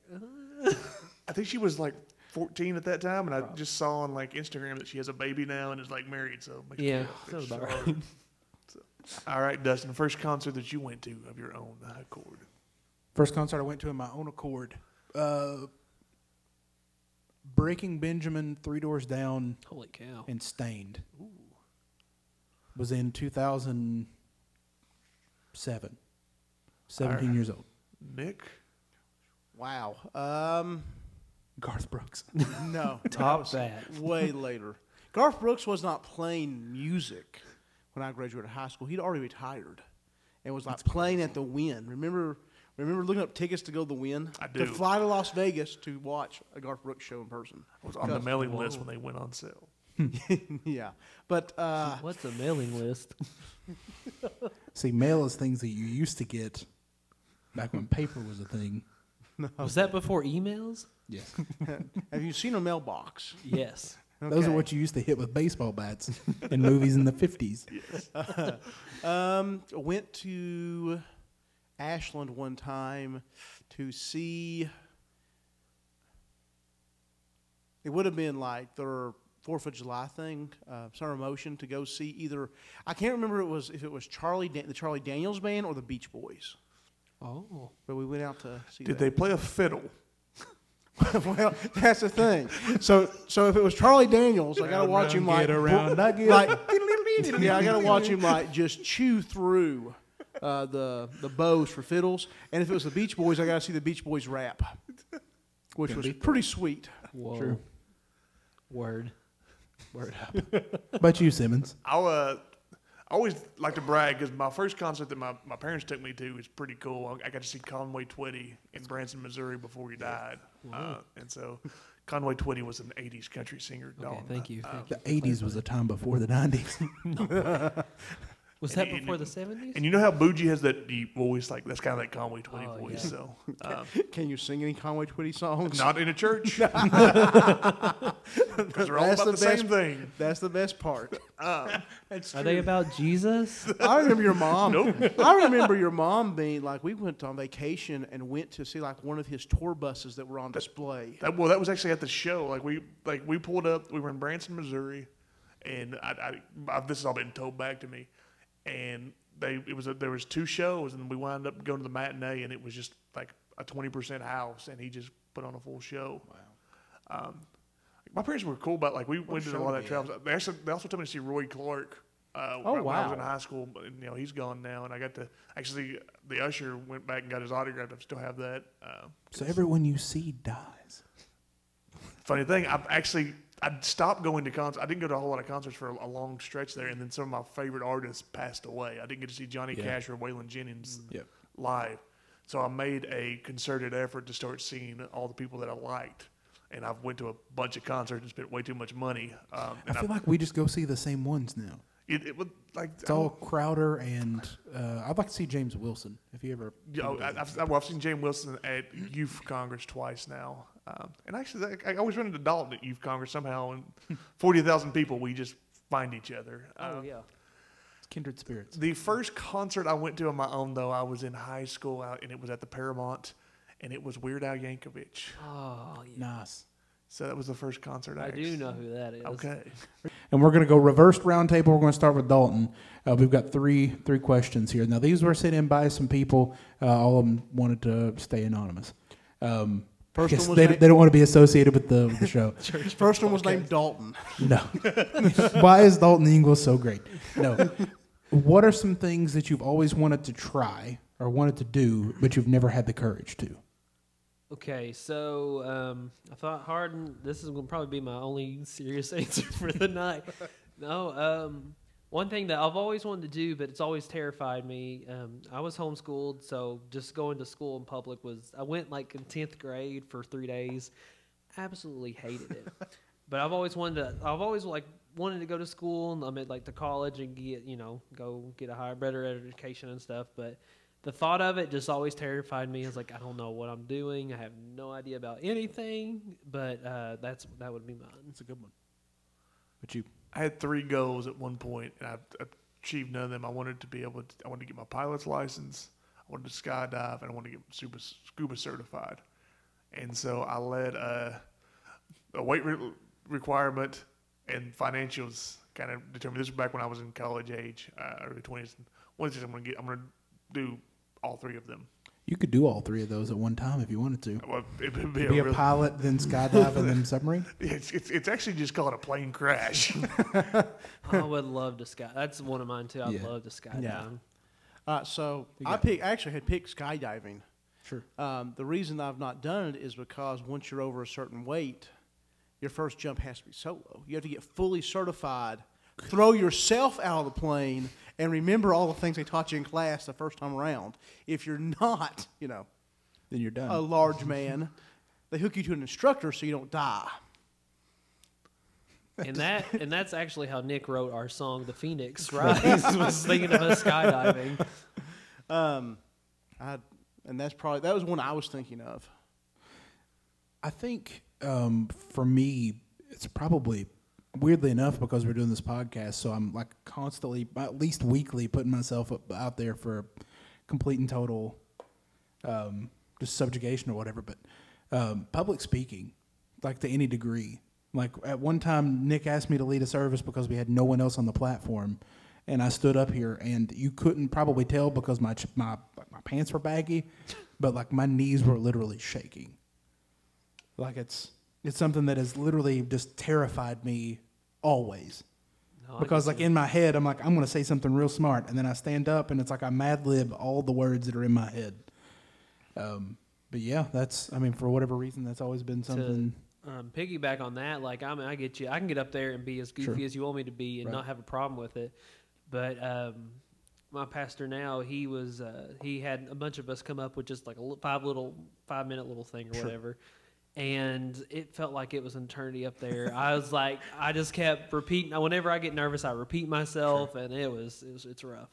Speaker 4: I think she was like 14 at that time, and I just saw on like Instagram that she has a baby now and is like married. So makes me
Speaker 3: yeah,
Speaker 4: feel
Speaker 3: sounds about
Speaker 4: sorry.
Speaker 3: right.
Speaker 4: All right, Dustin. First concert that you went to of your own accord.
Speaker 2: first concert I went to in my own accord. Uh, Breaking Benjamin, Three Doors Down,
Speaker 3: Holy cow!
Speaker 2: and Stained. Was in 2007. 17 years old.
Speaker 4: Nick,
Speaker 5: Wow. Um,
Speaker 2: Garth Brooks.
Speaker 5: no.
Speaker 3: Top
Speaker 5: was
Speaker 3: that.
Speaker 5: Way later. Garth Brooks was not playing music when I graduated high school. He'd already retired and was like playing at the Win. Remember remember looking up tickets to go to the Win?
Speaker 4: I
Speaker 5: To
Speaker 4: do.
Speaker 5: fly to Las Vegas to watch a Garth Brooks show in person.
Speaker 4: I was on the mailing list when they went on sale.
Speaker 5: yeah. But uh,
Speaker 3: What's a mailing list?
Speaker 2: See, mail is things that you used to get back when paper was a thing.
Speaker 3: Was that before emails?
Speaker 2: Yes.
Speaker 5: have you seen a mailbox?
Speaker 3: Yes.
Speaker 2: Those are
Speaker 5: Okay.
Speaker 2: what you used to hit with baseball bats in movies in the 50s.
Speaker 5: Um, went to Ashland one time to see. It would have been like their Fourth of July thing, uh, Summer Motion, to go see either. I can't remember it was if it was Charlie Dan- the Charlie Daniels Band or the Beach Boys,
Speaker 3: Oh.
Speaker 5: but we went out to see.
Speaker 4: Did they
Speaker 5: that.
Speaker 4: play a fiddle?
Speaker 5: well, that's the thing. So, so if it was Charlie Daniels, I gotta watch him like
Speaker 2: get around,
Speaker 5: bl-
Speaker 2: I get-
Speaker 5: like yeah, I gotta watch him like just chew through uh, the the bows for fiddles. And if it was the Beach Boys, I gotta see the Beach Boys rap, which was pretty sweet.
Speaker 3: Whoa. Word. Word up.
Speaker 2: But you, Simmons.
Speaker 4: I uh, I always like to brag because my first concert that my, my parents took me to was pretty cool. I, I got to see Conway Twitty in Branson, Missouri before he died. Uh, and so Conway Twitty was an 80s country singer.
Speaker 3: Okay,
Speaker 4: Dalton.
Speaker 3: thank you. Thank
Speaker 2: The
Speaker 3: you.
Speaker 2: 80s was a time before the 90s.
Speaker 3: Was that
Speaker 4: and- and-
Speaker 3: before the 70s?
Speaker 4: And you know how Bougie has that deep voice? Like, that's kind of that Conway Twitty
Speaker 3: Oh,
Speaker 4: voice.
Speaker 3: yeah.
Speaker 4: So, um,
Speaker 5: Can you sing any Conway Twitty songs?
Speaker 4: not in a church. Because they're all
Speaker 5: That's
Speaker 4: about the,
Speaker 5: the
Speaker 4: same
Speaker 5: best-
Speaker 4: thing.
Speaker 5: That's the best part. That's
Speaker 3: Are they about Jesus?
Speaker 5: I remember your mom. I remember your mom being like, we went on vacation and went to see like one of his tour buses that were on display.
Speaker 4: That, well, that was actually at the show. Like we like we pulled up. We were in Branson, Missouri, and I, I, I this has all been told back to me. And they it was a, there was two shows, and we wound up going to the matinee, and it was just like a twenty percent house, and he just put on a full show. Wow. Um, my parents were cool about like we went to a
Speaker 5: show
Speaker 4: lot of
Speaker 5: did
Speaker 4: that
Speaker 5: you have?
Speaker 4: travel. They actually they also took me to see Roy Clark. Uh,
Speaker 5: Oh,
Speaker 4: right When I was
Speaker 5: wow.
Speaker 4: in high school, but you know he's gone now, and I got to actually the usher went back and got his autograph. I still have that. Uh,
Speaker 2: So everyone you see dies.
Speaker 4: Funny thing, I actually I stopped going to concerts. I didn't go to a whole lot of concerts for a, a long stretch there, and then some of my favorite artists passed away. I didn't get to see Johnny
Speaker 2: Yeah. Mm.
Speaker 4: Cash or Waylon Jennings
Speaker 2: Yep.
Speaker 4: live, so I made a concerted effort to start seeing all the people that I liked. And I've went to a bunch of concerts and spent way too much money. Um,
Speaker 2: I
Speaker 4: and I,
Speaker 2: feel like we just go see the same ones now.
Speaker 4: it, it would like
Speaker 2: It's all Crowder and uh, I'd like to see James Wilson if he ever.
Speaker 4: oh. You know, I, I've, I've seen Jane Wilson at Youth Congress twice now. Um, and actually, that- I always run into Dalton at Youth Congress somehow, and 40,000 people, we just find each other.
Speaker 3: Oh
Speaker 4: Um,
Speaker 3: yeah.
Speaker 2: It's kindred spirits.
Speaker 4: The first concert I went to on my own, though, I was in high school, out, and it was at the Paramount, and it was Weird Al Yankovic.
Speaker 3: Oh yeah.
Speaker 2: Nice.
Speaker 4: So that was the first concert I,
Speaker 3: I do
Speaker 4: actually-
Speaker 3: know who that is.
Speaker 4: Okay.
Speaker 2: And we're going to go reversed roundtable. We're going to start with Dalton. Uh, we've got three three questions here. Now these were sent in by some people. Uh, all of them wanted to stay anonymous. Um, I
Speaker 5: First
Speaker 2: guess
Speaker 5: one was
Speaker 2: they,
Speaker 5: named-
Speaker 2: they don't want to be associated with the, with the show.
Speaker 5: His first one was named Dalton.
Speaker 2: No. Why is Dalton Ingalls so great? No. What are some things that you've always wanted to try or wanted to do, but you've never had the courage to?
Speaker 3: Okay, so um, I thought hard, and this is gonna probably be my only serious answer for the night. No, um, one thing that I've always wanted to do, but it's always terrified me. Um, I was homeschooled, so just going to school in public was. I went like in tenth grade for three days. Absolutely hated it. but I've always wanted to. I've always like wanted to go to school, and I'm at like to college and get you know go get a higher, better education and stuff. But the thought of it just always terrified me. It's like I don't know what I'm doing. I have no idea about anything. But uh, that's that would be mine.
Speaker 2: That's a good one. But you?
Speaker 4: I had three goals at one point, and I I achieved none of them. I wanted to be able to. I wanted to get my pilot's license. I wanted to skydive, and I wanted to get scuba, scuba certified. And so I led a, a weight re- requirement and financials kind of determined. This was back when I was in college age, uh, early twenties. One of the things I'm going to get, I'm going to do all three of them.
Speaker 2: You could do all three of those at one time if you wanted to.
Speaker 4: Well, it would be,
Speaker 2: Be
Speaker 4: a
Speaker 2: a
Speaker 4: real-
Speaker 2: pilot, then skydive, and then submarine.
Speaker 4: it's, it's it's actually just called a plane crash.
Speaker 3: I would love to sky. That's one of mine too. I'd
Speaker 2: Yeah.
Speaker 3: love to skydive.
Speaker 2: Yeah.
Speaker 5: Uh, so I pick, I actually had picked skydiving.
Speaker 2: Sure.
Speaker 5: Um, the reason I've not done it is because once you're over a certain weight, your first jump has to be solo. You have to get fully certified, throw yourself out of the plane, and remember all the things they taught you in class the first time around. If you're not, you know,
Speaker 2: Then you're done.
Speaker 5: a large man, they hook you to an instructor so you don't die.
Speaker 3: And that and that's actually how Nick wrote our song, "The Phoenix Rise." was thinking of us skydiving.
Speaker 5: Um, I, and that's probably that was one I was thinking of.
Speaker 2: I think um, for me, it's probably weirdly enough because we're doing this podcast, so I'm like constantly, at least weekly, putting myself up, out there for complete and total um, just subjugation or whatever. But um, public speaking, like to any degree. Like at one time, Nick asked me to lead a service because we had no one else on the platform, and I stood up here, and you couldn't probably tell because my ch- my like, my pants were baggy, but like my knees were literally shaking. Like it's it's something that has literally just terrified me always.
Speaker 3: No, I
Speaker 2: because like in my head, I'm like I'm gonna say something real smart, and then I stand up and it's like I mad lib all the words that are in my head. Um, but yeah, that's I mean for whatever reason that's always been something.
Speaker 3: um, piggyback on that, like I mean, I get you. I can get up there and be as goofy
Speaker 2: Sure.
Speaker 3: as you want me to be and
Speaker 2: Right.
Speaker 3: not have a problem with it. But um, my pastor now, he was uh, he had a bunch of us come up with just like a li- five little five minute little thing or whatever, and it felt like it was an eternity up there. I was like, I just kept repeating. Whenever I get nervous, I repeat myself, and it was, it was it's rough.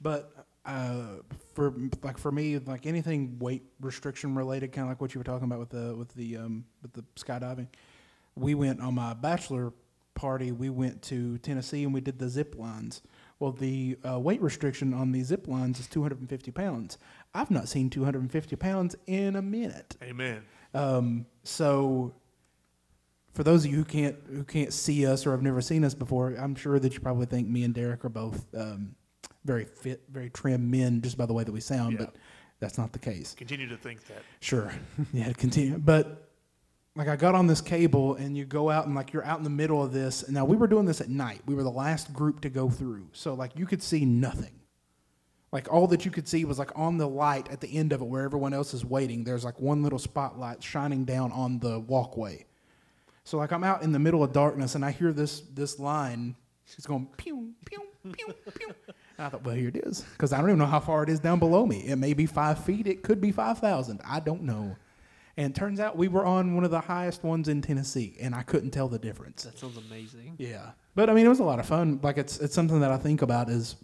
Speaker 2: But uh, for like for me, like anything weight restriction related, kind of like what you were talking about with the with the um, with the skydiving, we went on my bachelor party. We went to Tennessee and we did the zip lines. Well, the uh, weight restriction on the zip lines is 250 pounds. I've not seen 250 pounds in a minute.
Speaker 4: Amen.
Speaker 2: Um, so, for those of you who can't who can't see us or have never seen us before, I'm sure that you probably think me and Derek are both um, very fit, very trim men, just by the way that we sound.
Speaker 4: Yeah.
Speaker 2: But that's not the case.
Speaker 4: Continue to think that.
Speaker 2: Sure. yeah, continue. But like I got on this cable and you go out and like you're out in the middle of this. And now we were doing this at night. We were the last group to go through. So like you could see nothing. Like all that you could see was like on the light at the end of it where everyone else is waiting. There's like one little spotlight shining down on the walkway. So like I'm out in the middle of darkness and I hear this this line. It's going pew pew pew pew. And I thought, well, here it is, because I don't even know how far it is down below me. It may be five feet. It could be five thousand. I don't know. And it turns out we were on one of the highest ones in Tennessee, and I couldn't tell the difference.
Speaker 3: That sounds amazing.
Speaker 2: Yeah, but I mean, it was a lot of fun. Like it's it's something that I think about is,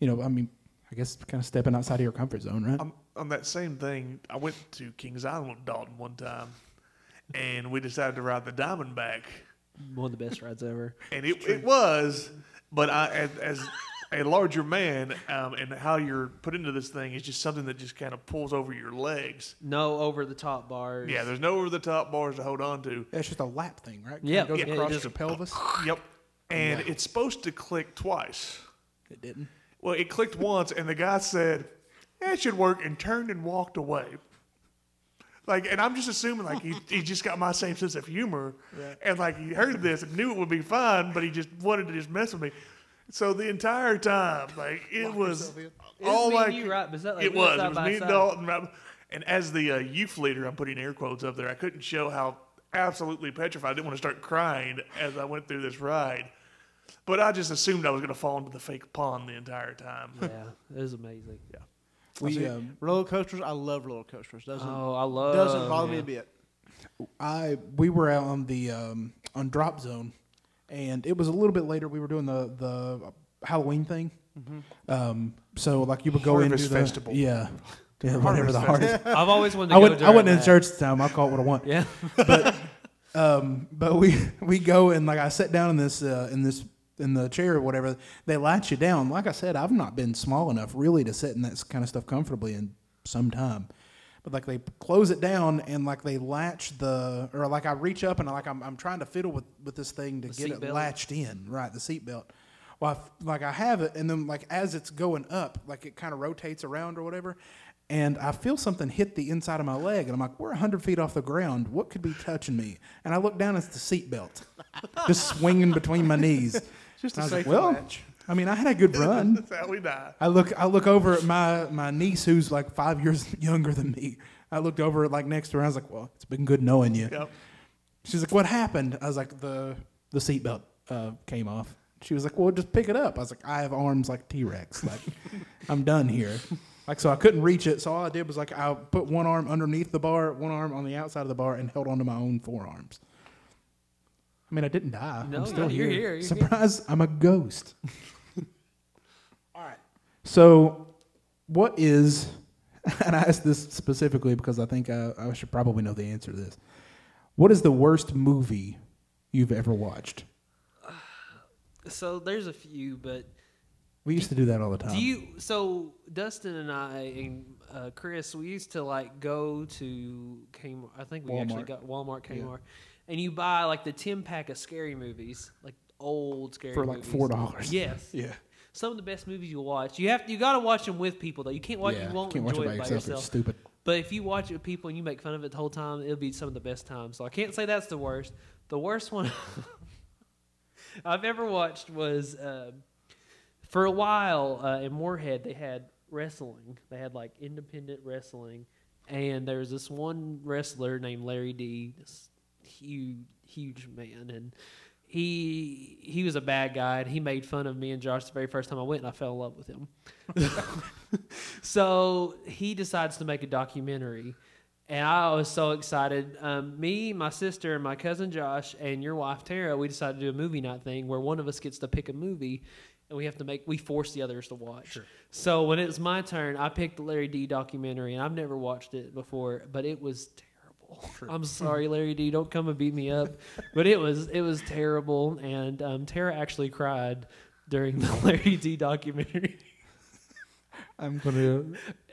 Speaker 2: you know, I mean, I guess kind of stepping outside of your Um, comfort zone, right?
Speaker 4: on, on that same thing, I went to Kings Island with Dalton one time. and we decided to ride the Diamondback,
Speaker 3: One of the best rides ever.
Speaker 4: and it, it was. But I, as, as a larger man, um, and how you're put into this thing is just something that just kind of pulls over your legs.
Speaker 3: No over the top bars.
Speaker 4: Yeah, there's no over the top bars to hold on to.
Speaker 2: That's just a lap thing, right?
Speaker 3: Yeah,
Speaker 2: It goes
Speaker 3: yeah, it
Speaker 2: across
Speaker 3: is.
Speaker 2: your pelvis.
Speaker 4: Yep, and it's supposed to click twice.
Speaker 2: It didn't.
Speaker 4: Well, it clicked once, and the guy said, "That should work," and turned and walked away. Like, and I'm just assuming like he, he just got my same sense of humor, and like he heard this and knew it would be fine, but he just wanted to just mess with me. So the entire time, like it was all
Speaker 3: me and
Speaker 4: like
Speaker 3: you, right? Was that, like,
Speaker 4: it
Speaker 3: we were
Speaker 4: was.
Speaker 3: side
Speaker 4: It was
Speaker 3: by
Speaker 4: me and
Speaker 3: side?
Speaker 4: Dalton. right? And as the uh, youth leader, I'm putting air quotes up there. I couldn't show how absolutely petrified. I didn't want to start crying as I went through this ride, but I just assumed I was going to fall into the fake pond the entire time.
Speaker 3: Yeah, it was amazing. Yeah.
Speaker 2: We,
Speaker 5: See,
Speaker 2: um,
Speaker 5: roller coasters. I love roller coasters. Doesn't
Speaker 3: Oh, I love.
Speaker 5: doesn't bother me
Speaker 3: yeah.
Speaker 5: a bit.
Speaker 2: I we were out on the um, on drop zone, and it was a little bit later. We were doing the the Halloween thing.
Speaker 3: Mm-hmm.
Speaker 2: Um, so like you would go
Speaker 4: Harvest
Speaker 2: into the
Speaker 4: Festival.
Speaker 2: yeah, yeah whatever the harvest.
Speaker 3: I've always wanted to
Speaker 2: I
Speaker 3: go.
Speaker 2: went I
Speaker 3: during
Speaker 2: went in
Speaker 3: that.
Speaker 2: church this time. I'll call it what I want.
Speaker 3: Yeah.
Speaker 2: Um, but we we go and like I sat down in this uh, in this in the chair or whatever. They latch you down. Like I said, I've not been small enough really to sit in that kind of stuff comfortably in some time. But like they close it down and like they latch the or like I reach up and like I'm I'm trying to fiddle with with this thing to
Speaker 3: The
Speaker 2: get it
Speaker 3: seatbelt.
Speaker 2: latched in right the seatbelt. Well, I f like I have it and then like as it's going up, like it kind of rotates around or whatever. And I feel something hit the inside of my leg, and I'm like, "We're 100 feet off the ground. What could be touching me?" And I look down; it's the seatbelt, just swinging between my knees.
Speaker 5: Just
Speaker 2: And I
Speaker 5: a
Speaker 2: was like,
Speaker 5: safe
Speaker 2: "Well,
Speaker 5: latch.
Speaker 2: I mean, I had a good run."
Speaker 4: That's how we die.
Speaker 2: I look, I look over at my my niece, who's like five years younger than me. I looked over like next to her. I was like, "Well, it's been good knowing you."
Speaker 4: Yep.
Speaker 2: She's like, "What happened?" I was like, "The the seatbelt uh, came off." She was like, "Well, just pick it up." I was like, "I have arms like T Rex. Like, I'm done here." Like, so I couldn't reach it. So all I did was like, I put one arm underneath the bar, one arm on the outside of the bar, and held onto my own forearms. I mean, I didn't die.
Speaker 3: No,
Speaker 2: I'm still
Speaker 3: no, you're
Speaker 2: here.
Speaker 3: here, you're
Speaker 2: Surprise! I'm a ghost. all right. So, what is? And I asked this specifically because I think I, I should probably know the answer to this. What is the worst movie you've ever watched?
Speaker 3: So there's a few, but
Speaker 2: We used to do that all the time.
Speaker 3: do you? So Dustin and I and uh, Chris, we used to like go to Kmart. I think we actually
Speaker 2: Walmart.
Speaker 3: got Walmart, Kmart, and you buy like the ten pack of scary movies, like old scary
Speaker 2: For, like,
Speaker 3: movies.
Speaker 2: $4.
Speaker 3: Yes.
Speaker 2: Yeah.
Speaker 3: Some of the best movies you watch. You have you got to watch them with people though. You can't watch.
Speaker 2: Yeah,
Speaker 3: you won't
Speaker 2: can't watch
Speaker 3: enjoy
Speaker 2: it by
Speaker 3: it by
Speaker 2: yourself, it's
Speaker 3: yourself.
Speaker 2: stupid.
Speaker 3: But if you watch it with people and you make fun of it the whole time, it'll be some of the best times. So I can't say that's the worst. The worst one I've ever watched was uh, for a while uh, in Moorhead they had wrestling. They had like independent wrestling, and there was this one wrestler named Larry D. This huge, huge man, and he he was a bad guy, and he made fun of me and Josh the very first time I went, and I fell in love with him. so he decides to make a documentary. And I was so excited. Um, me, my sister, and my cousin Josh, and your wife Tara, we decided to do a movie night thing where one of us gets to pick a movie, and we have to make we force the others to watch. So when it was my turn, I picked the Larry D documentary, and I've never watched it before, but it was terrible. I'm sorry, Larry D. Don't come and beat me up, but it was it was terrible, and um, Tara actually cried during the Larry D documentary.
Speaker 2: I'm gonna.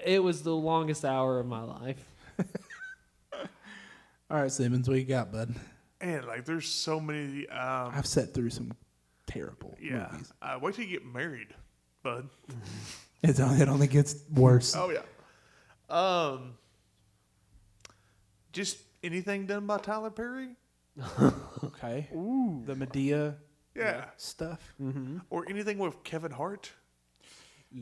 Speaker 3: It was the longest hour of my life.
Speaker 2: All right, Simmons, what you got, bud?
Speaker 4: And like, there's so many. Um,
Speaker 2: I've sat through some terrible
Speaker 4: yeah.
Speaker 2: movies.
Speaker 4: Uh, wait till you get married, bud.
Speaker 2: It's only, it only gets worse.
Speaker 4: Oh yeah. Um. Just anything done by Tyler Perry.
Speaker 2: Okay. The Medea
Speaker 4: Yeah.
Speaker 2: stuff.
Speaker 4: Or anything with Kevin Hart.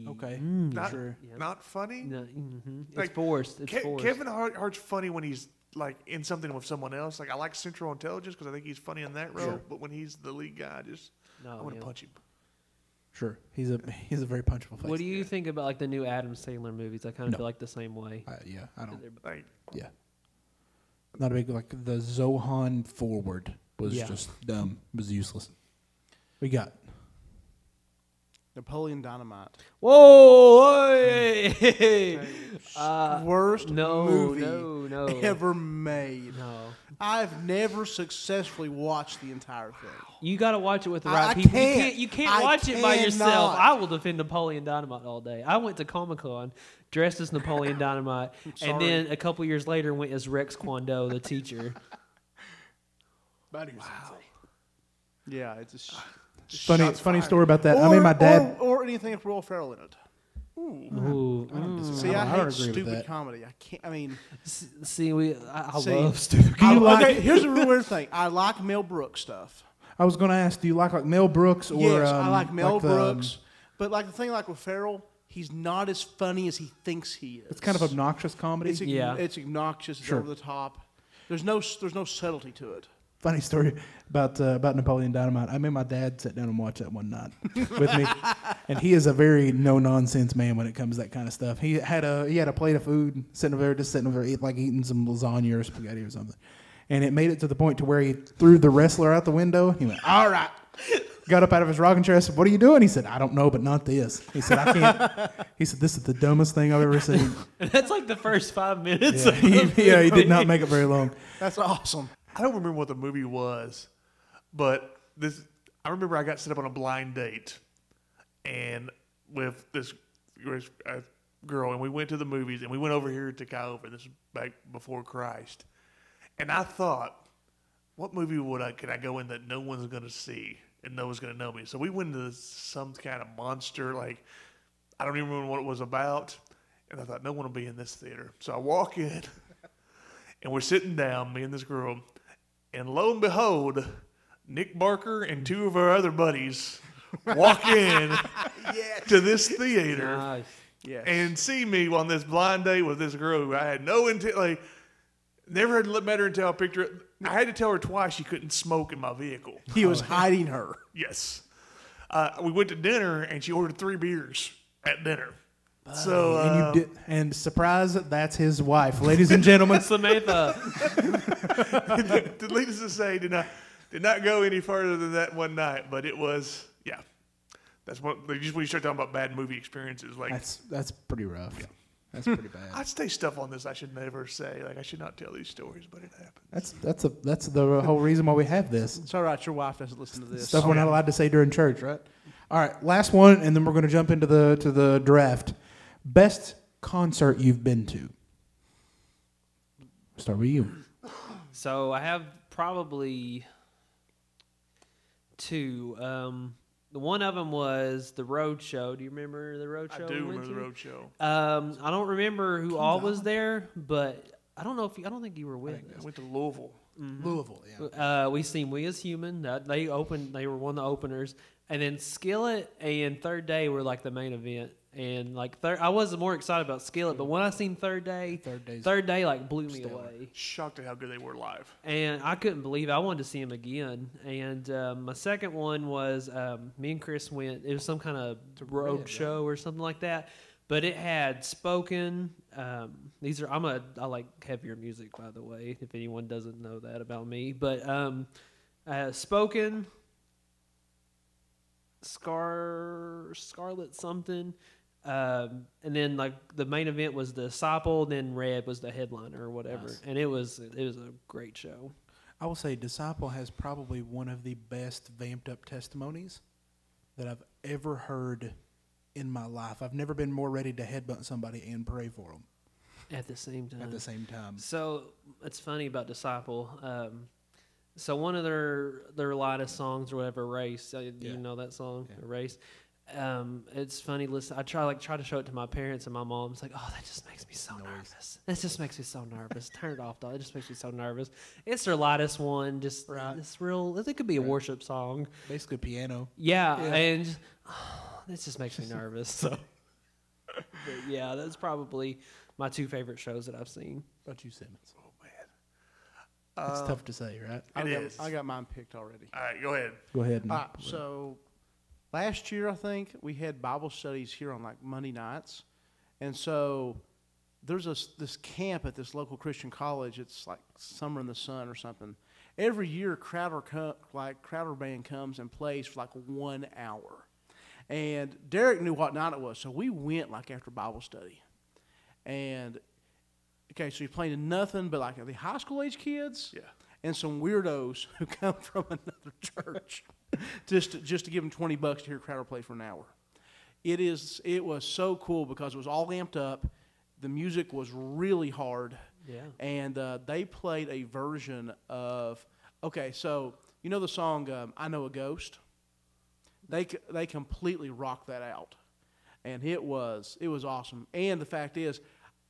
Speaker 2: Okay.
Speaker 4: Not,
Speaker 2: Sure.
Speaker 3: Yeah.
Speaker 4: not funny.
Speaker 3: No, mhm. It's
Speaker 4: Like,
Speaker 3: forced. It's
Speaker 4: Ke-
Speaker 3: forced.
Speaker 4: Kevin Hart, Hart's funny when he's like in something with someone else. Like I like Central Intelligence because I think he's funny in that role. But when he's the lead guy, I just
Speaker 3: No,
Speaker 4: I want to
Speaker 3: Oh, yeah.
Speaker 4: punch him.
Speaker 2: Sure. He's a he's a very punchable face.
Speaker 3: What do you think about like the new Adam Sandler movies? I kind of
Speaker 2: No.
Speaker 3: feel like the same way.
Speaker 2: Uh, yeah, I don't.
Speaker 4: Like
Speaker 2: Yeah. Not a big like the Zohan forward was
Speaker 3: Yeah.
Speaker 2: just dumb. It was useless. We got.
Speaker 5: Napoleon Dynamite.
Speaker 3: Whoa! hey. Uh,
Speaker 5: Worst
Speaker 3: no,
Speaker 5: movie
Speaker 3: no, no.
Speaker 5: ever made.
Speaker 3: no.
Speaker 5: I've never successfully watched the entire thing.
Speaker 3: You got to watch it with the
Speaker 5: I-
Speaker 3: right
Speaker 5: I
Speaker 3: people.
Speaker 5: can't.
Speaker 3: You can't, you can't
Speaker 5: I
Speaker 3: watch it by yourself.
Speaker 5: cannot.
Speaker 3: I will defend Napoleon Dynamite all day. I went to Comic Con dressed as Napoleon Dynamite, and
Speaker 5: sorry.
Speaker 3: then a couple years later went as Rex Kwando, the teacher.
Speaker 5: Yeah, it's just
Speaker 2: Funny,
Speaker 4: Shots
Speaker 2: funny
Speaker 4: fired.
Speaker 2: story about that. I mean, my dad.
Speaker 5: or, or anything with Will Ferrell in it.
Speaker 3: Ooh, mm.
Speaker 2: don't- Hmm. I
Speaker 5: See, I, hate
Speaker 2: don't agree with
Speaker 5: stupid
Speaker 2: that.
Speaker 5: comedy. I can't. I mean,
Speaker 3: S- see, we I, I
Speaker 5: See,
Speaker 3: love stupid.
Speaker 5: I,
Speaker 2: you like-
Speaker 5: okay, here's a real weird thing. I like Mel Brooks stuff.
Speaker 2: I was going to ask, do you like like Mel Brooks or
Speaker 5: yes,
Speaker 2: um,
Speaker 5: I like Mel
Speaker 2: the, um,
Speaker 5: Brooks, but like the thing like with Ferrell, he's not as funny as he thinks he is.
Speaker 2: It's kind of obnoxious comedy.
Speaker 5: It's, ig-
Speaker 3: Yeah.
Speaker 5: it's obnoxious. It's
Speaker 2: Sure.
Speaker 5: over the top. There's no s- there's no subtlety to it.
Speaker 2: Funny story about uh, about Napoleon Dynamite. I made my dad sit down and watch that one night with me, and he is a very no nonsense man when it comes to that kind of stuff. He had a he had a plate of food sitting over there, just sitting over there, eat, like eating some lasagna or spaghetti or something, and it made it to the point to where he threw the wrestler out the window. He went, "All right." Got up out of his rocking chair. I said, "What are you doing?" He said, "I don't know, but not this." He said, "I can't." He said, "This is the dumbest thing I've ever seen."
Speaker 3: That's like the first five minutes.
Speaker 2: Yeah,
Speaker 3: of the
Speaker 2: he, yeah, he did not
Speaker 3: movie.
Speaker 2: make it very long.
Speaker 5: That's awesome.
Speaker 4: I don't remember what the movie was, but this I remember I got set up on a blind date, and with this this, uh, girl, and we went to the movies, and we went over here to Kiowa. This was back before Christ, and I thought, what movie would I could I go in that no one's going to see and no one's going to know me? So we went into some kind of monster like I don't even remember what it was about, and I thought no one will be in this theater. So I walk in. and we're sitting down, me and this girl, and lo and behold, Nick Barker and two of our other buddies walk in to this theater
Speaker 3: Nice.
Speaker 5: Yes.
Speaker 4: and see me on this blind date with this girl who I had no intent, like never had li- met her until I picked her. up. I had to tell her twice she couldn't smoke in my vehicle.
Speaker 5: he was hiding her.
Speaker 4: Yes, uh, we went to dinner and she ordered three beers at dinner. So uh,
Speaker 2: and you did, and surprise, that's his wife, ladies and gentlemen.
Speaker 3: Samantha,
Speaker 4: uh, needless to say, did not did not go any further than that one night. But it was, yeah, that's what. Just when you start talking about bad movie experiences, like
Speaker 2: That's that's pretty rough. That's pretty bad.
Speaker 4: I say stuff on this I should never say. Like I should not tell these stories, but it happened.
Speaker 2: That's that's a that's the whole reason why we have this
Speaker 5: It's all right. Your wife doesn't listen to this.
Speaker 2: stuff we're not allowed to say during church, right? All right, last one, and then we're going to jump into the to the draft. Best concert you've been to? Start with you.
Speaker 3: So I have probably two. Um, the one of them was the road show. Do you remember the road show?
Speaker 4: I
Speaker 3: we
Speaker 4: do
Speaker 3: went
Speaker 4: remember the
Speaker 3: to?
Speaker 4: road show.
Speaker 3: Um, I don't remember who all was there, but I don't know if you, I don't think you were with
Speaker 4: I
Speaker 3: us.
Speaker 4: went to Louisville.
Speaker 2: Louisville, yeah.
Speaker 3: Uh, we seen We as Human. Uh, they opened. They were one of the openers, and then Skillet and Third Day were like the main event. And like third, I was more excited about Skillet, but when I seen Third Day,
Speaker 2: Third Day's
Speaker 3: Third Day like blew me away
Speaker 4: Shocked at how good they were live.
Speaker 3: and I couldn't believe it. I wanted to see him again. And um, my second one was um, me and Chris went. It was some kind of road show or something like that. But it had spoken. Um, these are I'm a I like heavier music by the way. If anyone doesn't know that about me, but um, uh, spoken, Scar Scarlet something. Um, and then like the main event was the Disciple, then Red was the headliner or whatever. And it was it was a great show.
Speaker 2: I will say Disciple has probably one of the best vamped up testimonies that I've ever heard in my life. I've never been more ready to headbutt somebody and pray for them
Speaker 3: At the same time.
Speaker 2: at the same time.
Speaker 3: So it's funny about Disciple. Um, so one of their their lightest songs or whatever, Race. uh,
Speaker 2: Yeah.
Speaker 3: You know that song, Race. Um, it's funny. Listen, I try like try to show it to my parents and my mom. It's like, oh, that just makes me so nervous. That just makes me so nervous. Turn it off, though. It just makes me so nervous. It's their lightest one. Just
Speaker 2: Right.
Speaker 3: it's real. It could be a worship song.
Speaker 2: Basically, piano.
Speaker 3: Yeah, and just, this just makes me nervous. So, but yeah, that's probably my two favorite shows that I've seen.
Speaker 2: What about you, Simmons? Oh man, it's tough to say, right?
Speaker 4: It
Speaker 5: I got,
Speaker 4: is.
Speaker 5: I got mine picked already.
Speaker 4: All right, go ahead.
Speaker 2: Go ahead. And,
Speaker 5: All right, so last year I think we had Bible studies here on like Monday nights, and so there's this this camp at this local Christian college. It's like Summer in the Sun or something. Every year, Crowder co- like Crowder band comes and plays for like one hour, and Derek knew what night it was, so we went like after Bible study, and okay, so you're playing to nothing but like the high school age kids.
Speaker 4: Yeah.
Speaker 5: and some weirdos who come from another church just to, just to give them 20 bucks to hear Crowder play for an hour. It is it was so cool because it was all amped up. The music was really hard.
Speaker 3: Yeah.
Speaker 5: And uh, they played a version of okay, so you know the song um, "I Know a Ghost." They c- they completely rocked that out, and it was it was awesome. And the fact is,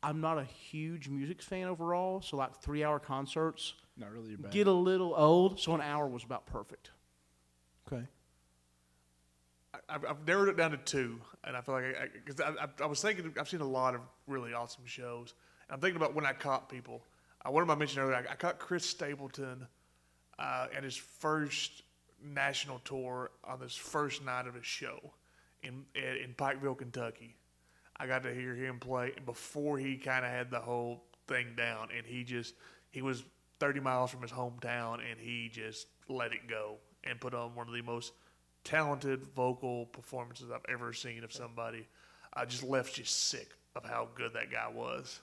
Speaker 5: I'm not a huge music fan overall, so like three hour concerts
Speaker 2: Not really your bag.
Speaker 5: get a little old. So an hour was about perfect.
Speaker 2: okay.
Speaker 4: I- I've, I've narrowed it down to two, and I feel like because I, I, I, was thinking I've seen a lot of really awesome shows. And I'm thinking about when I caught people. Uh, one of my mentioned earlier, I, I caught Chris Stapleton uh, at his first national tour on this first night of his show in in, in Pikeville, Kentucky. I got to hear him play before he kind of had the whole thing down, and he just he was 30 miles from his hometown, and he just let it go and put on one of the most talented vocal performances I've ever seen of somebody. I just left you sick of how good that guy was.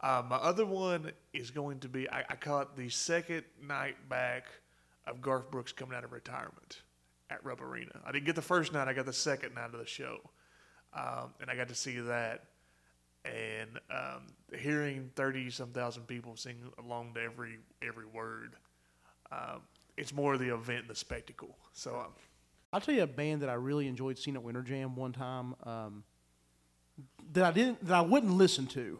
Speaker 4: Uh, my other one is going to be I, I caught the second night back of Garth Brooks coming out of retirement at Rupp Arena. I didn't get the first night, I got the second night of the show. Um, and I got to see that. And um, hearing 30 some thousand people sing along to every every word, um, it's more the event, the spectacle. So um,
Speaker 5: I'll tell you a band that I really enjoyed seeing at Winter Jam one time um, that I didn't that I wouldn't listen to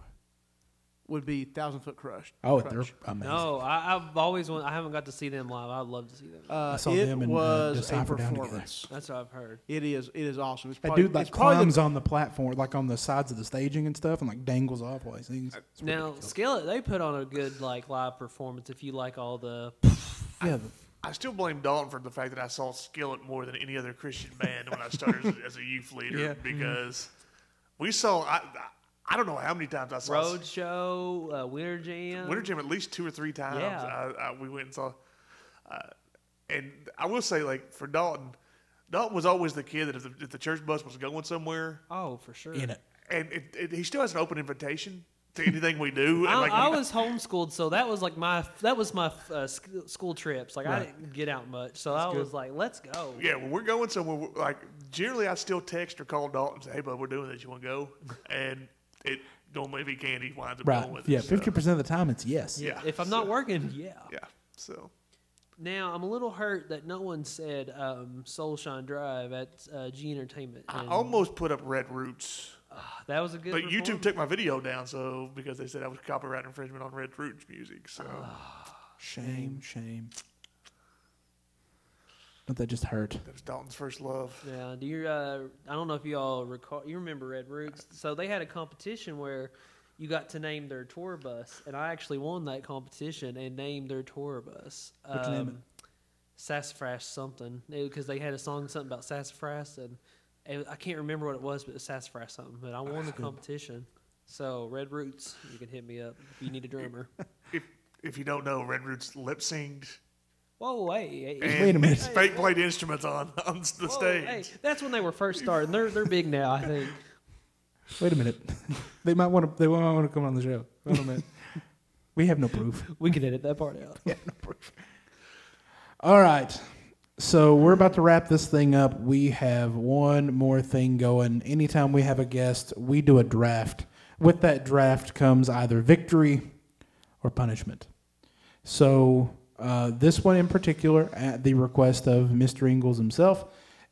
Speaker 5: would be Thousand Foot Crush.
Speaker 2: Oh, they're
Speaker 5: Crutch.
Speaker 2: amazing.
Speaker 3: No, I, I've always want, I haven't got to see them live. I'd love to see them.
Speaker 5: Uh,
Speaker 2: I saw
Speaker 5: it
Speaker 2: them and, uh,
Speaker 5: was a
Speaker 2: Decipher down together.
Speaker 5: performance.
Speaker 3: That's what I've heard.
Speaker 5: It is it is awesome. It's
Speaker 2: That
Speaker 5: probably,
Speaker 2: dude like
Speaker 5: it's probably the-
Speaker 2: climbs on the platform, like on the sides of the staging and stuff, and like dangles off while he sings. It's
Speaker 3: Now,
Speaker 2: ridiculous.
Speaker 3: Skillet, they put on a good like live performance. If you like all the,
Speaker 2: yeah, but-
Speaker 4: I still blame Dalton for the fact that I saw Skillet more than any other Christian band when I started as, as a youth leader
Speaker 3: Yeah. Mm-hmm.
Speaker 4: because we saw I, I I don't know how many times I saw
Speaker 3: road show, uh, Winter Jam,
Speaker 4: Winter Jam at least two or three times.
Speaker 3: Yeah.
Speaker 4: I, I, we went and saw, uh, and I will say like for Dalton, Dalton was always the kid that if the, if the church bus was going somewhere,
Speaker 3: Oh, for sure.
Speaker 2: in it.
Speaker 4: and it, it, he still has an open invitation to anything we do. And
Speaker 3: I,
Speaker 4: like,
Speaker 3: I was homeschooled, so that was like my that was my uh, sk- school trips. Like I
Speaker 2: Right.
Speaker 3: didn't get out much, so I was like, "Let's go."
Speaker 4: Yeah, when we're going somewhere, we're- like generally, I still text or call Dalton and say, "Hey, bud, we're doing this. You want to go?" And it normally if he can, he winds up
Speaker 2: Right.
Speaker 4: going with
Speaker 2: Yeah,
Speaker 4: us, so.
Speaker 2: fifty percent of the time it's yes.
Speaker 4: uh, Yeah.
Speaker 3: If I'm not working, yeah.
Speaker 4: Yeah, so
Speaker 3: Now I'm a little hurt that no one said um, Soulshine Drive at uh, G Entertainment.
Speaker 4: I
Speaker 3: and,
Speaker 4: almost put up Red Roots,
Speaker 3: ah, that was a good.
Speaker 4: but YouTube
Speaker 3: performance.
Speaker 4: took my video down so because they said I was copyright infringement on Red Roots music. So
Speaker 3: Ah.
Speaker 2: Shame, shame. Don't that just hurt?
Speaker 4: that was Dalton's first love.
Speaker 3: Yeah, do you? Uh, I don't know if y'all recall. You remember Red Roots? So they had a competition where you got to name their tour bus, and I actually won that competition and named their tour bus. Um,
Speaker 2: What'd you name
Speaker 3: Sassafras something because they had a song something about sassafras and it, I can't remember what it was, but it was sassafras something. But I won the competition. So Red Roots, you can hit me up if you need a drummer.
Speaker 4: If if you don't know, Red Roots lip synced
Speaker 3: Whoa, hey, hey, hey.
Speaker 4: and
Speaker 2: a minute.
Speaker 4: fake played instruments on on the
Speaker 3: Whoa,
Speaker 4: stage.
Speaker 3: hey, that's when they were first starting. They're they're big now, I think.
Speaker 2: Wait a minute. they might want to. They might want to come on the show. Wait a minute. we have no proof.
Speaker 3: We can edit that part out.
Speaker 2: All right. So we're about to wrap this thing up. We have one more thing going. Anytime we have a guest, we do a draft. With that draft comes either victory or punishment. So uh, this one in particular, at the request of Mr. Ingalls himself,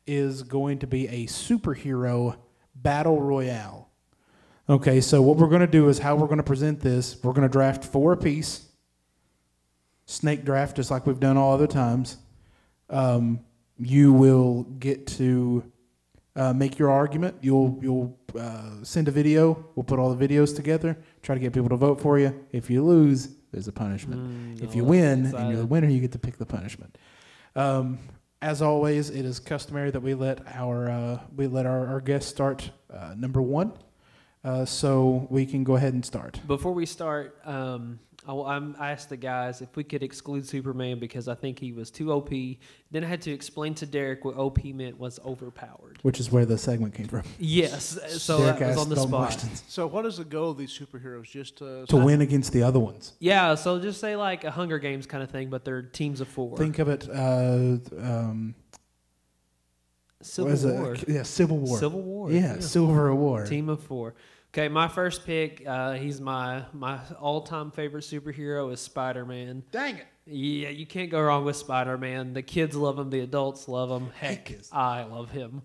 Speaker 2: is going to be a superhero battle royale. Okay, so what we're going to do is how we're going to present this. We're going to draft four apiece snake draft, just like we've done all other times, um, you will get to uh, make your argument. You'll you'll uh, send a video. We'll put all the videos together. Try to get people to vote for you. If you lose, there's a punishment. if you
Speaker 3: I'm
Speaker 2: win and
Speaker 3: excited.
Speaker 2: you're the winner, you get to pick the punishment. Um, as always, it is customary that we let our uh, we let our, our guests start uh, number one, uh, so we can go ahead and start.
Speaker 3: Before we start, um, I, I'm- I asked the guys if we could exclude Superman because I think he was too OP. Then I had to explain to Derek what OP meant was overpowered.
Speaker 2: Which is where the segment came from.
Speaker 3: Yes, uh, so
Speaker 2: Derek
Speaker 3: that was
Speaker 2: asked
Speaker 3: on the
Speaker 2: Dalton
Speaker 3: spot.
Speaker 2: Washington
Speaker 5: So, what is the goal of these superheroes? Just to,
Speaker 2: To win against the other ones.
Speaker 3: Yeah, so just say like a Hunger Games kind of thing, but they're teams of four.
Speaker 2: Think of it. Uh, um,
Speaker 3: Civil
Speaker 2: what is it?
Speaker 3: War.
Speaker 2: Yeah, Civil War.
Speaker 3: Civil War,
Speaker 2: Yeah,
Speaker 3: yeah.
Speaker 2: Silver Award.
Speaker 3: Team of four. Okay, my first pick. Uh, he's my my all time favorite superhero is Spider Man.
Speaker 2: Dang it.
Speaker 3: Yeah, you can't go wrong with Spider Man. The kids love him. The adults love him. Heck,
Speaker 2: kids.
Speaker 3: I love him.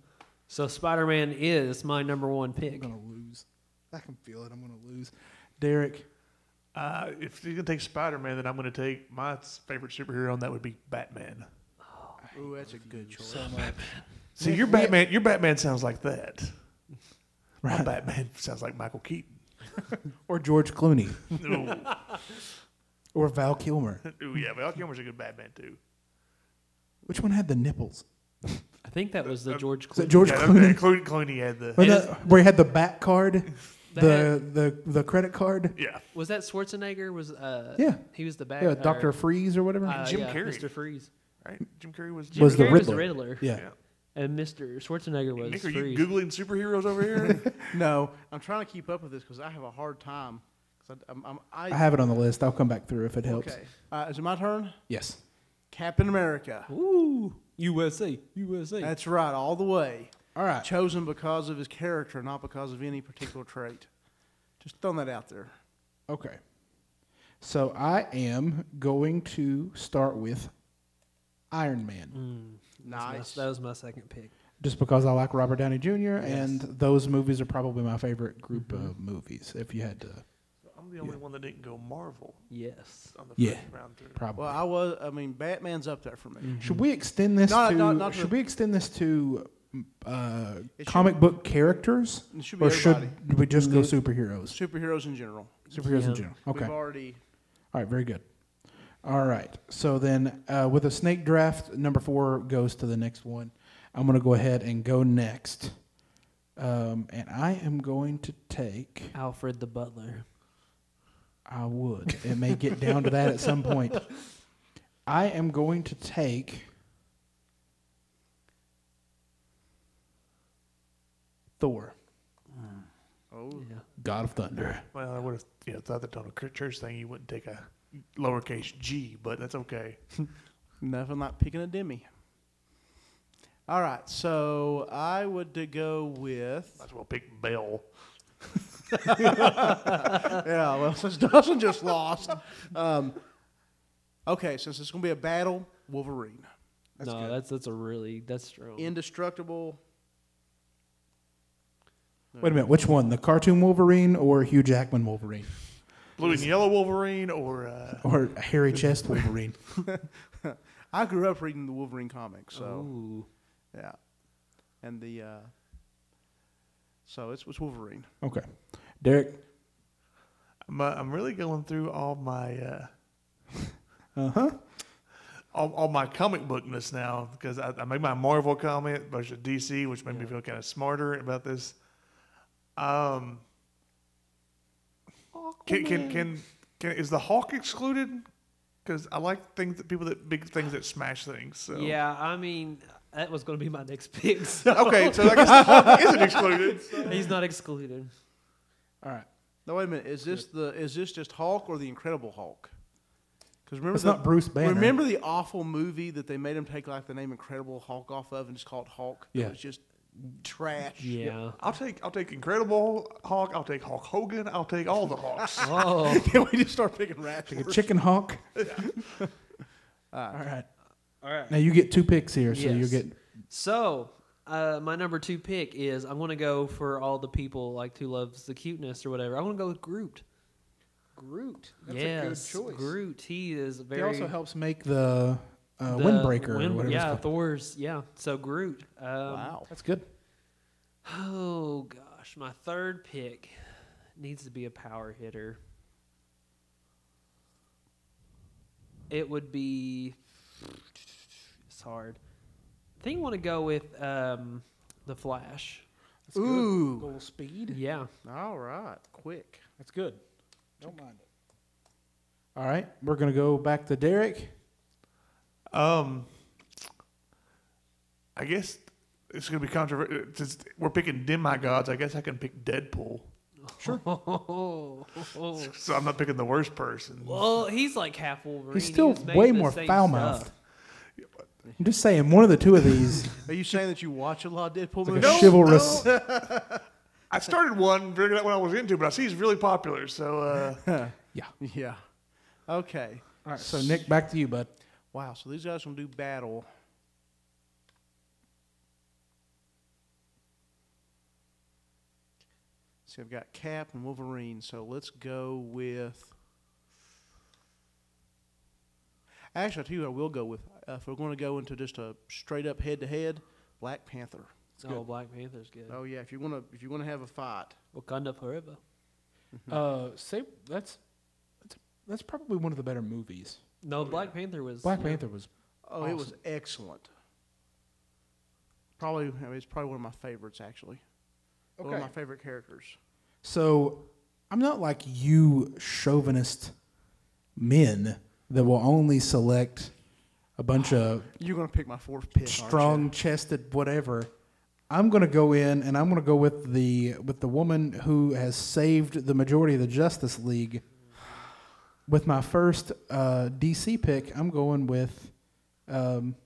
Speaker 3: So Spider Man is my number one pick.
Speaker 2: I'm gonna lose. I can feel it. I'm gonna lose. Derek.
Speaker 4: Uh, if you're gonna take Spider Man, then I'm gonna take my s- favorite superhero, and that would be Batman.
Speaker 5: Ooh, that's a good choice.
Speaker 4: See, your Batman, your Batman sounds like that. My
Speaker 2: Right.
Speaker 4: Batman sounds like Michael Keaton.
Speaker 2: Or George Clooney.
Speaker 4: Ooh,
Speaker 2: or Val Kilmer.
Speaker 4: Ooh, yeah, Val Kilmer's a good Batman too.
Speaker 2: Which one had the nipples?
Speaker 3: I think that was the
Speaker 4: Uh,
Speaker 3: George
Speaker 2: Is that
Speaker 3: Clooney.
Speaker 2: George
Speaker 4: Yeah,
Speaker 2: Clooney?
Speaker 4: that- Clooney, Clooney had the
Speaker 2: Or
Speaker 3: It
Speaker 2: the-
Speaker 3: is-
Speaker 2: where he had the back card,
Speaker 3: They
Speaker 2: the, the the credit card.
Speaker 4: yeah.
Speaker 3: Was that Schwarzenegger? Was uh,
Speaker 2: Yeah.
Speaker 3: he was the bad
Speaker 2: Yeah,
Speaker 3: or,
Speaker 2: Doctor Freeze or whatever.
Speaker 3: uh,
Speaker 4: Jim
Speaker 3: yeah,
Speaker 4: Carrey.
Speaker 3: Mr. Freeze
Speaker 4: Right, Jim Carrey was
Speaker 3: Jim
Speaker 2: Was the
Speaker 3: Carrey was the
Speaker 2: Riddler.
Speaker 3: Riddler,
Speaker 2: yeah.
Speaker 4: Yeah.
Speaker 3: and Mr. Schwarzenegger was
Speaker 4: Nick, are you
Speaker 3: Freeze.
Speaker 4: googling superheroes over here?
Speaker 5: No, I'm trying to keep up with this because I have a hard time. 'Cause I, I'm, I'm, I,
Speaker 2: I have it on the list. I'll come back through if it helps.
Speaker 5: okay. Uh, is it my turn?
Speaker 2: Yes.
Speaker 5: Captain America.
Speaker 3: Ooh, USA, USA.
Speaker 5: That's right, all the way.
Speaker 2: All right.
Speaker 5: Chosen because of his character, not because of any particular trait. Just throwing that out there.
Speaker 2: Okay. So I am going to start with Iron Man.
Speaker 5: Mm. Nice.
Speaker 3: That was my second pick.
Speaker 2: just because I like Robert Downey Jr. and those movies are probably my favorite group
Speaker 5: Mm-hmm.
Speaker 2: of movies. If you had to,
Speaker 4: I'm the only one that didn't go Marvel
Speaker 3: Yes.
Speaker 4: on the
Speaker 2: Yeah.
Speaker 4: first round through.
Speaker 2: probably.
Speaker 5: Well, I was. I mean, Batman's up there for me.
Speaker 2: should we extend this
Speaker 5: No,
Speaker 2: to?
Speaker 5: no, not
Speaker 2: should
Speaker 5: the-
Speaker 2: we extend this to uh,
Speaker 5: It should-
Speaker 2: comic book characters,
Speaker 5: It should be
Speaker 2: or should
Speaker 5: everybody. Mm-hmm.
Speaker 2: we just go superheroes?
Speaker 5: Superheroes in general.
Speaker 2: Superheroes
Speaker 3: Yeah.
Speaker 2: in general. Okay.
Speaker 5: We've already.
Speaker 2: All right. Very good. All right. So then, uh, with a snake draft, number four goes to the next one. I'm going to go ahead and go next, um, and I am going to take.
Speaker 3: Alfred the Butler.
Speaker 2: I would. It may get down to that at some point. I am going to take Thor,
Speaker 5: Oh,
Speaker 3: Yeah.
Speaker 2: God of Thunder.
Speaker 4: Well, I would have you know, thought that on a church thing you wouldn't take a lowercase G, but that's okay.
Speaker 5: nothing like picking a demi. All right, so I would to go with.
Speaker 4: Might as well pick Bell.
Speaker 5: yeah, well, since Dustin just lost. Um, okay, since it's going to be a battle, Wolverine.
Speaker 3: no, that's that's a really that's strong.
Speaker 5: Indestructible.
Speaker 2: Wait a minute, which one? The cartoon Wolverine or Hugh Jackman Wolverine?
Speaker 4: Blue and yellow Wolverine or uh,
Speaker 2: Or Harry Chest Wolverine?
Speaker 5: I grew up reading the Wolverine comics, so.
Speaker 3: Ooh.
Speaker 5: Yeah. And the uh so it's was Wolverine.
Speaker 2: Okay. Derek?
Speaker 4: I'm, uh, I'm really going through all my uh,
Speaker 2: Uh
Speaker 3: Uh-huh.
Speaker 2: huh.
Speaker 4: all, all my comic bookness now because I, I made my Marvel comment versus DC, which made me
Speaker 3: Yeah.
Speaker 4: feel kind of smarter about this. Um, can, can can can is the Hawk excluded? Because I like things that people that big things that smash things. So.
Speaker 3: Yeah, I mean that was going to be my next pick. so
Speaker 4: Okay, so I guess the Hawk isn't excluded.
Speaker 3: He's not excluded.
Speaker 2: All right.
Speaker 5: No, wait a minute. Is this the is this just Hulk or the Incredible Hulk? Because remember
Speaker 2: It's
Speaker 5: the-
Speaker 2: not Bruce Banner.
Speaker 5: Remember the awful movie that they made him take like the name Incredible Hulk off of and just call it Hulk.
Speaker 2: Yeah.
Speaker 5: it was just trash.
Speaker 3: Yeah.
Speaker 4: I'll take I'll take Incredible Hawk. I'll take Hulk Hogan. I'll take all the Hawks.
Speaker 3: Oh,
Speaker 5: Can we just start picking rats?
Speaker 2: Like a chicken hawk? All right.
Speaker 3: all right.
Speaker 2: Now you get two picks here, so you
Speaker 3: Yes.
Speaker 2: get.
Speaker 3: So, uh, my number two pick is I'm going to go for all the people like who loves the cuteness or whatever. I want to go with Groot. Groot.
Speaker 2: That's a good
Speaker 3: yes,
Speaker 2: choice.
Speaker 3: Groot. He is very.
Speaker 2: He also helps make the, uh,
Speaker 3: the
Speaker 2: windbreaker or
Speaker 3: wind-
Speaker 2: whatever
Speaker 3: Yeah,
Speaker 2: it's called.
Speaker 3: Thor's. Yeah. So Groot. Um,
Speaker 5: wow.
Speaker 2: That's good.
Speaker 3: Oh gosh, my third pick needs to be a power hitter. It would be. It's hard. I think I want to go with um, the Flash.
Speaker 5: Ooh.
Speaker 2: Goal speed.
Speaker 3: Yeah.
Speaker 5: All right. Quick.
Speaker 2: That's good. Don't mind it. All right, we're gonna go back to Derek.
Speaker 4: Um, I guess it's gonna be controversial. Since we're picking demigods, I guess I can pick Deadpool. So I'm not picking the worst person.
Speaker 3: well, he's like half Wolverine.
Speaker 2: He's still
Speaker 3: He was made
Speaker 2: way
Speaker 3: of the
Speaker 2: more
Speaker 3: same
Speaker 2: foul mouthed.
Speaker 3: stuff.
Speaker 2: I'm just saying, one of the two of these,
Speaker 5: Are you saying that you watch a lot of Deadpool
Speaker 2: like a
Speaker 5: movies?
Speaker 2: chivalrous.
Speaker 4: I started one figuring out what I was into, but I see he's really popular. So uh,
Speaker 2: Yeah.
Speaker 5: Yeah. Okay.
Speaker 2: All right, so Nick, back to you, bud.
Speaker 5: Wow. So these guys gonna do battle. See, I've got Cap and Wolverine. So let's go with. Actually, I tell you, what I will go with. Uh, if we're going to go into just a straight up head to head, Black Panther. It's
Speaker 3: Oh,
Speaker 5: good.
Speaker 3: Black Panther's good.
Speaker 5: Oh yeah, if you want to, if you want to have a fight,
Speaker 3: Wakanda forever.
Speaker 2: Uh, say that's that's that's probably one of the better movies.
Speaker 3: No, Black Panther was
Speaker 2: Black Panther was
Speaker 5: oh, it was excellent. Probably, I mean, it's probably one of my favorites actually. One of
Speaker 2: Okay.
Speaker 5: my favorite characters.
Speaker 2: So I'm not like you chauvinist men that will only select a bunch of
Speaker 5: You're gonna pick my fourth pick. aren't you?
Speaker 2: strong chested whatever. I'm gonna go in and I'm gonna go with the with the woman who has saved the majority of the Justice League. With my first uh, DC pick, I'm going with. Um,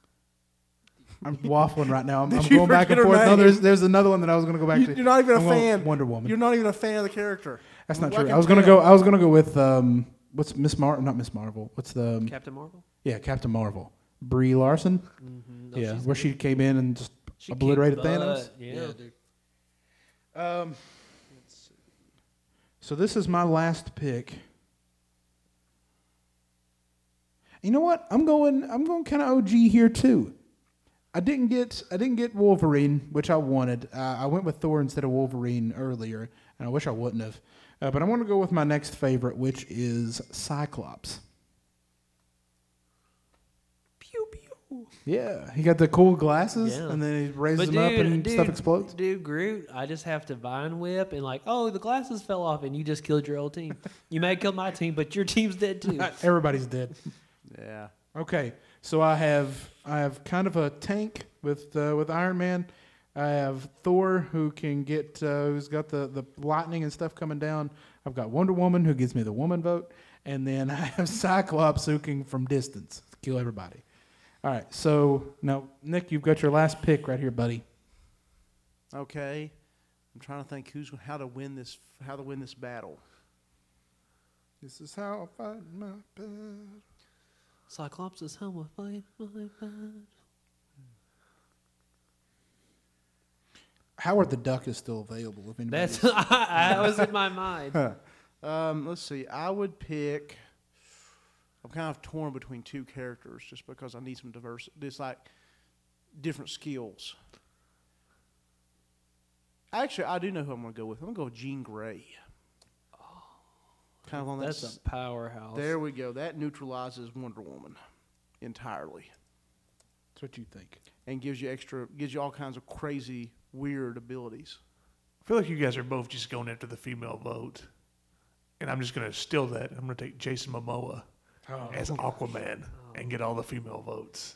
Speaker 2: I'm waffling right now. I'm,
Speaker 5: Did
Speaker 2: I'm
Speaker 5: you
Speaker 2: going back
Speaker 5: forget
Speaker 2: and
Speaker 5: her
Speaker 2: forth. No,
Speaker 5: name?
Speaker 2: there's there's another one that I was gonna go back
Speaker 5: You-
Speaker 2: to.
Speaker 5: You're not even a
Speaker 2: I'm going
Speaker 5: fan.
Speaker 2: Wonder Woman.
Speaker 5: You're not even a fan of the character.
Speaker 2: That's not
Speaker 5: Well,
Speaker 2: true.
Speaker 5: can
Speaker 2: I was gonna
Speaker 5: tell.
Speaker 2: go. I was gonna go with um, what's Miss Mar? Not Miss Marvel. What's the um,
Speaker 3: Captain Marvel.
Speaker 2: yeah Captain Marvel? Brie Larson.
Speaker 3: Mm-hmm.
Speaker 2: yeah, where she came in and just
Speaker 3: She
Speaker 2: obliterated
Speaker 3: kicked
Speaker 2: Thanos.
Speaker 3: butt. Yeah, dude.
Speaker 2: Um, so this is my last pick. You know what? I'm going. I'm going kind of OG here too. I didn't get. I didn't get Wolverine, which I wanted. Uh, I went with Thor instead of Wolverine earlier, and I wish I wouldn't have. Uh, but I'm going to go with my next favorite, which is Cyclops.
Speaker 3: Pew pew.
Speaker 2: Yeah, he got the cool glasses,
Speaker 3: Yeah.
Speaker 2: and then he raises
Speaker 3: But
Speaker 2: them up,
Speaker 3: dude,
Speaker 2: and
Speaker 3: dude,
Speaker 2: stuff explodes.
Speaker 3: Dude, Groot, I just have to vine whip and like, oh, the glasses fell off, and you just killed your old team. you may kill my team, but your team's dead too.
Speaker 2: Everybody's dead.
Speaker 5: Yeah.
Speaker 2: Okay, so I have I have kind of a tank with uh, with Iron Man. I have Thor who can get uh, who's got the the lightning and stuff coming down. I've got Wonder Woman who gives me the woman vote, and then I have Cyclops who can from distance kill everybody. All right, so now Nick, you've got your last pick right here, buddy.
Speaker 5: Okay. I'm trying to think who's how to win this how to win this battle.
Speaker 2: This is how I fight my battle.
Speaker 3: Cyclops is home with my, my bad.
Speaker 2: Howard the Duck is still available. If anybody
Speaker 3: That's I, I was in my mind.
Speaker 5: Um, let's see. I would pick. I'm kind of torn between two characters just because I need some diverse. Just like different skills. Actually, I do know who I'm going to go with. I'm going to go with Jean Grey. Kind of on that.
Speaker 3: That's
Speaker 5: s-
Speaker 3: a powerhouse.
Speaker 5: there we go. That neutralizes Wonder Woman entirely.
Speaker 2: that's what you think.
Speaker 5: and gives you extra gives you all kinds of crazy weird abilities.
Speaker 4: I feel like you guys are both just going after the female vote, and I'm just gonna steal that. I'm gonna take Jason Momoa
Speaker 5: Oh.
Speaker 4: as Aquaman and get all the female votes.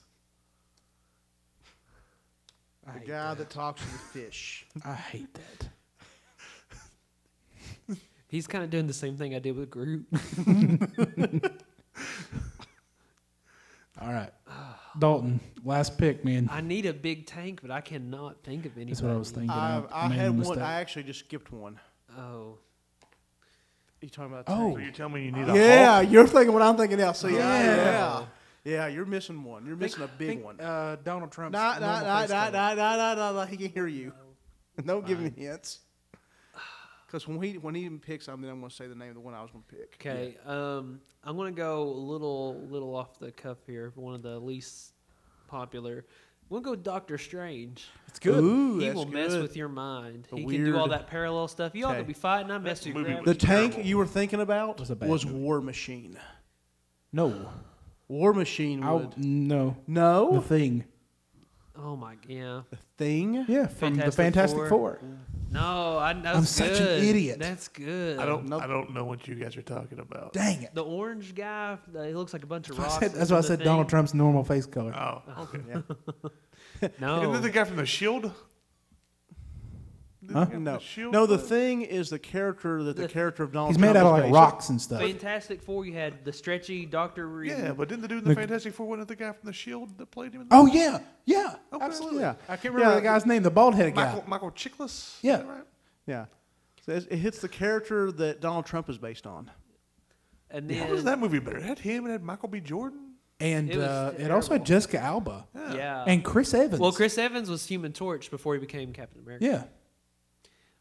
Speaker 5: The guy that. talks to the fish.
Speaker 2: I hate that.
Speaker 3: He's kind of doing the same thing I did with Groot.
Speaker 2: All right, Dalton, last pick, man.
Speaker 3: I need a big tank, but I cannot think of anything.
Speaker 2: That's what I was thinking.
Speaker 5: I, I
Speaker 2: made a
Speaker 5: had one.
Speaker 2: mistake.
Speaker 5: I actually just skipped one.
Speaker 3: Oh,
Speaker 5: You talking about?
Speaker 2: Oh.
Speaker 4: So
Speaker 5: tank?
Speaker 4: you're telling me you need a
Speaker 5: yeah,
Speaker 4: Hulk?
Speaker 5: you're thinking what I'm thinking now. So yeah,
Speaker 2: Yeah.
Speaker 5: yeah, yeah, you're missing one. You're missing a big one. Nah,
Speaker 2: Uh, Donald Trump.
Speaker 5: nah, nah, nah, nah, nah, nah, nah, nah, He can hear you. Don't give him hints. Because when he when he picks something, I'm going to say the name of the one I was going to pick.
Speaker 3: okay. Um, I'm gonna go a little little off the cuff here. for One of the least popular. We'll go Doctor Strange.
Speaker 2: It's good.
Speaker 5: Ooh,
Speaker 3: he
Speaker 5: that's
Speaker 3: will mess
Speaker 5: good.
Speaker 3: with your mind.
Speaker 5: The
Speaker 3: he can do all
Speaker 5: weird-
Speaker 3: that parallel stuff. Y'all could
Speaker 5: Okay.
Speaker 3: be fighting. I messed with
Speaker 4: movie
Speaker 3: gravity.
Speaker 5: The tank you were thinking about
Speaker 2: Was
Speaker 5: was,
Speaker 2: a bad movie.
Speaker 5: War Machine.
Speaker 2: No,
Speaker 5: War Machine
Speaker 2: I
Speaker 5: would.
Speaker 2: no.
Speaker 5: no,
Speaker 2: The thing.
Speaker 3: Oh my yeah.
Speaker 5: thing.
Speaker 2: Yeah, from the
Speaker 3: Fantastic
Speaker 2: Fantastic Four.
Speaker 3: Four. No, I, that's
Speaker 2: I'm such an
Speaker 3: good.
Speaker 2: idiot.
Speaker 3: That's good.
Speaker 4: I don't.
Speaker 5: Nope.
Speaker 4: I don't know what you guys are talking about.
Speaker 2: Dang it.
Speaker 3: The orange guy, uh, he looks like a bunch of
Speaker 2: I
Speaker 3: rocks.
Speaker 2: said- that's
Speaker 3: what
Speaker 2: why I said Donald Trump's normal face color.
Speaker 3: Uh,
Speaker 4: Oh, okay. Isn't
Speaker 3: No,
Speaker 4: that the guy from The Shield?
Speaker 2: Huh?
Speaker 4: The
Speaker 5: No,
Speaker 4: Shield?
Speaker 5: no. The thing is the character that the character of Donald
Speaker 2: He's made
Speaker 5: Trump
Speaker 2: out of
Speaker 5: is
Speaker 2: like
Speaker 5: based-
Speaker 2: rocks and stuff.
Speaker 3: Fantastic Four. You had the stretchy Doctor Reed.
Speaker 4: Yeah, but didn't the dude in the
Speaker 2: The-
Speaker 4: Fantastic Four wasn't the guy from The Shield that played him? In the
Speaker 2: Oh yeah, yeah, absolutely.
Speaker 5: Yeah.
Speaker 2: I can't remember
Speaker 5: Yeah.
Speaker 2: the guy's name, the bald headed guy.
Speaker 4: Michael Michael Chiklis. Is
Speaker 2: Yeah.
Speaker 4: that right?
Speaker 5: Yeah, so it's- it hits the character that Donald Trump is based on.
Speaker 3: and then
Speaker 4: What was that movie better? It had him and it had Michael B. Jordan.
Speaker 2: and
Speaker 3: It
Speaker 2: it,
Speaker 3: was
Speaker 2: uh, it also had
Speaker 3: terrible.
Speaker 2: Jessica Alba
Speaker 3: Yeah.
Speaker 2: and Chris Evans.
Speaker 3: well, Chris Evans was Human Torch before he became Captain America.
Speaker 2: Yeah,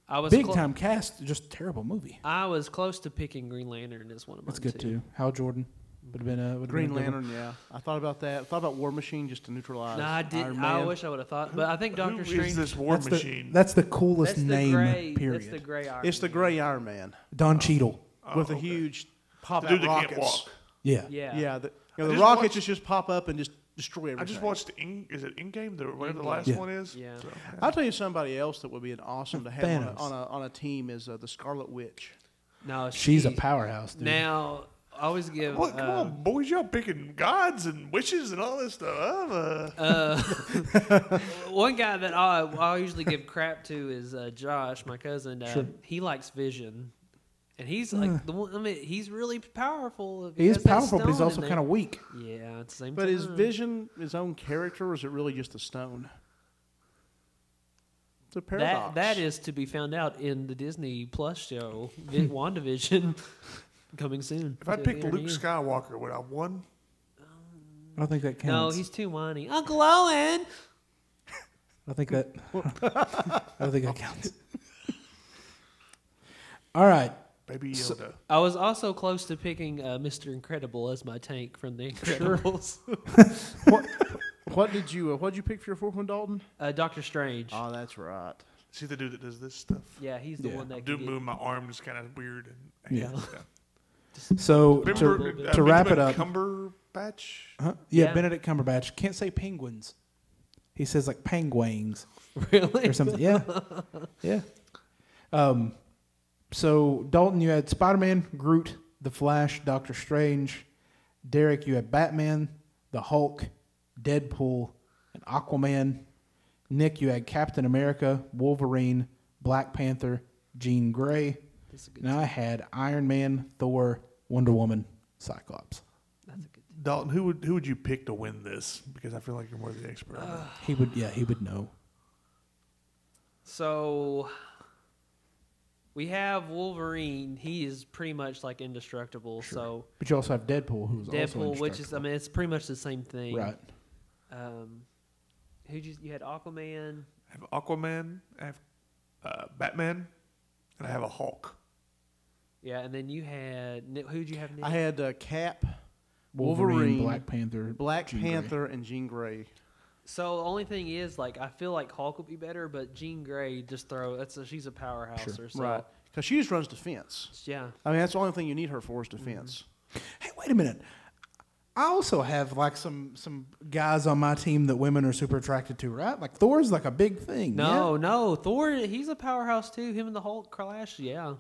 Speaker 3: I was
Speaker 2: big
Speaker 3: clo-
Speaker 2: time cast, just terrible movie.
Speaker 3: I was close to picking Green Lantern as one of mine.
Speaker 2: That's good too. Hal Jordan would have been a would've
Speaker 5: Green
Speaker 2: been a good one.
Speaker 5: Lantern. Yeah, I thought about that. I thought about War Machine just to neutralize.
Speaker 3: No, I didn't.
Speaker 5: Iron
Speaker 3: I
Speaker 5: Man.
Speaker 3: wish I would have thought, but I think
Speaker 4: Who
Speaker 3: Doctor
Speaker 4: is
Speaker 3: Strange.
Speaker 4: this war
Speaker 2: That's the,
Speaker 4: machine?
Speaker 2: that's the coolest
Speaker 3: That's the
Speaker 2: name.
Speaker 3: gray.
Speaker 2: period.
Speaker 3: That's the gray Iron.
Speaker 5: It's the
Speaker 3: Man.
Speaker 5: Gray Iron Man
Speaker 2: Don Cheadle.
Speaker 5: with a huge pop
Speaker 4: The
Speaker 5: out
Speaker 4: dude that
Speaker 5: rockets.
Speaker 4: can't walk.
Speaker 2: Yeah.
Speaker 3: Yeah.
Speaker 5: Yeah, the, you
Speaker 4: I
Speaker 5: know, the
Speaker 4: just
Speaker 5: rockets
Speaker 4: watched-
Speaker 5: just, just pop up and just destroy everything.
Speaker 4: I just watched. In, is it Endgame? The whatever the last
Speaker 2: Yeah.
Speaker 4: one is.
Speaker 3: Yeah. Uh,
Speaker 4: So,
Speaker 5: I'll tell you somebody else that would be an awesome to have on a,
Speaker 2: Thanos.
Speaker 5: on a on a team is uh, the Scarlet Witch.
Speaker 3: No,
Speaker 2: She's a
Speaker 3: she-
Speaker 2: powerhouse, dude.
Speaker 3: Now, I always give.
Speaker 4: Well, come
Speaker 3: uh,
Speaker 4: on, boys! Y'all picking gods and witches and all this stuff. I'm, uh,
Speaker 3: uh, One guy that I I usually give crap to is uh, Josh, my cousin. Uh,
Speaker 2: Sure.
Speaker 3: He likes Vision, and he's like the one. I mean, he's really powerful.
Speaker 2: he is powerful, but he's also kind of weak.
Speaker 3: Yeah, it's the same.
Speaker 5: But is
Speaker 3: time.
Speaker 5: Vision his own character, or is it really just the stone? It's a paradox.
Speaker 3: that that is to be found out in the Disney Plus show Vi- WandaVision coming soon.
Speaker 4: if I
Speaker 3: to
Speaker 4: picked
Speaker 3: enter
Speaker 4: Luke
Speaker 3: you.
Speaker 4: Skywalker, would I have won?
Speaker 2: I don't think that counts.
Speaker 3: no, he's too whiny. Uncle Owen.
Speaker 2: I think that. I don't think that counts. All right.
Speaker 4: Baby Yoda.
Speaker 3: I was also close to picking uh, Mr. Incredible as my tank from the Incredibles.
Speaker 5: what, what did you uh, what did you pick for your fourth one, Dalton?
Speaker 3: uh, Doctor Strange.
Speaker 5: Oh, that's right.
Speaker 4: See the dude that does this stuff.
Speaker 3: yeah, he's the
Speaker 2: Yeah.
Speaker 3: one
Speaker 4: I
Speaker 3: that
Speaker 4: do
Speaker 3: can get-
Speaker 4: move my arm just kind of weird. And,
Speaker 2: Yeah. So
Speaker 4: Remember,
Speaker 2: to,
Speaker 4: uh,
Speaker 2: to wrap it
Speaker 4: Benjamin
Speaker 2: up,
Speaker 4: Cumberbatch.
Speaker 2: huh? yeah,
Speaker 3: Yeah.
Speaker 2: Benedict Cumberbatch can't say penguins. He says like penguins
Speaker 3: really.
Speaker 2: or something. Yeah, yeah. Um, so Dalton, you had Spider-Man, Groot, The Flash, Doctor Strange. Derek, you had Batman, The Hulk, Deadpool, and Aquaman. Nick, you had Captain America, Wolverine, Black Panther, Jean Grey.
Speaker 3: That's a good
Speaker 2: And I had Iron Man, Thor, Wonder Woman, Cyclops.
Speaker 3: That's a good.
Speaker 4: Dalton, who would who would you pick to win this? Because I feel like you're more the expert. on it.
Speaker 2: He would, yeah, he would know.
Speaker 3: So we have Wolverine. He is pretty much like indestructible. So
Speaker 2: But you also have Deadpool, who was also
Speaker 3: Deadpool, which is I
Speaker 2: indestructible.
Speaker 3: mean, it's pretty much the same thing.
Speaker 2: right.
Speaker 3: Um, who you, you had Aquaman?
Speaker 4: I have Aquaman. I have uh, Batman, and I have a Hulk.
Speaker 3: Yeah, and then you had Ni- who'd you have? Nick?
Speaker 5: I had uh, Cap,
Speaker 2: Wolverine,
Speaker 5: Wolverine,
Speaker 2: Black Panther,
Speaker 5: Black
Speaker 2: Jean Grey.
Speaker 5: Panther, and Jean Grey.
Speaker 3: so the only thing is, like, I feel like Hulk would be better, but Jean Grey just throw. That's a, she's a powerhouse or so.
Speaker 5: Right, because she just runs defense.
Speaker 3: Yeah.
Speaker 5: I mean, that's the only thing you need her for is defense.
Speaker 2: Hey, wait a minute. I also have like some some guys on my team that women are super attracted to, right? Like Thor's like a big thing.
Speaker 3: No, no. Thor, he's a powerhouse too. Him and the Hulk clash. Yeah.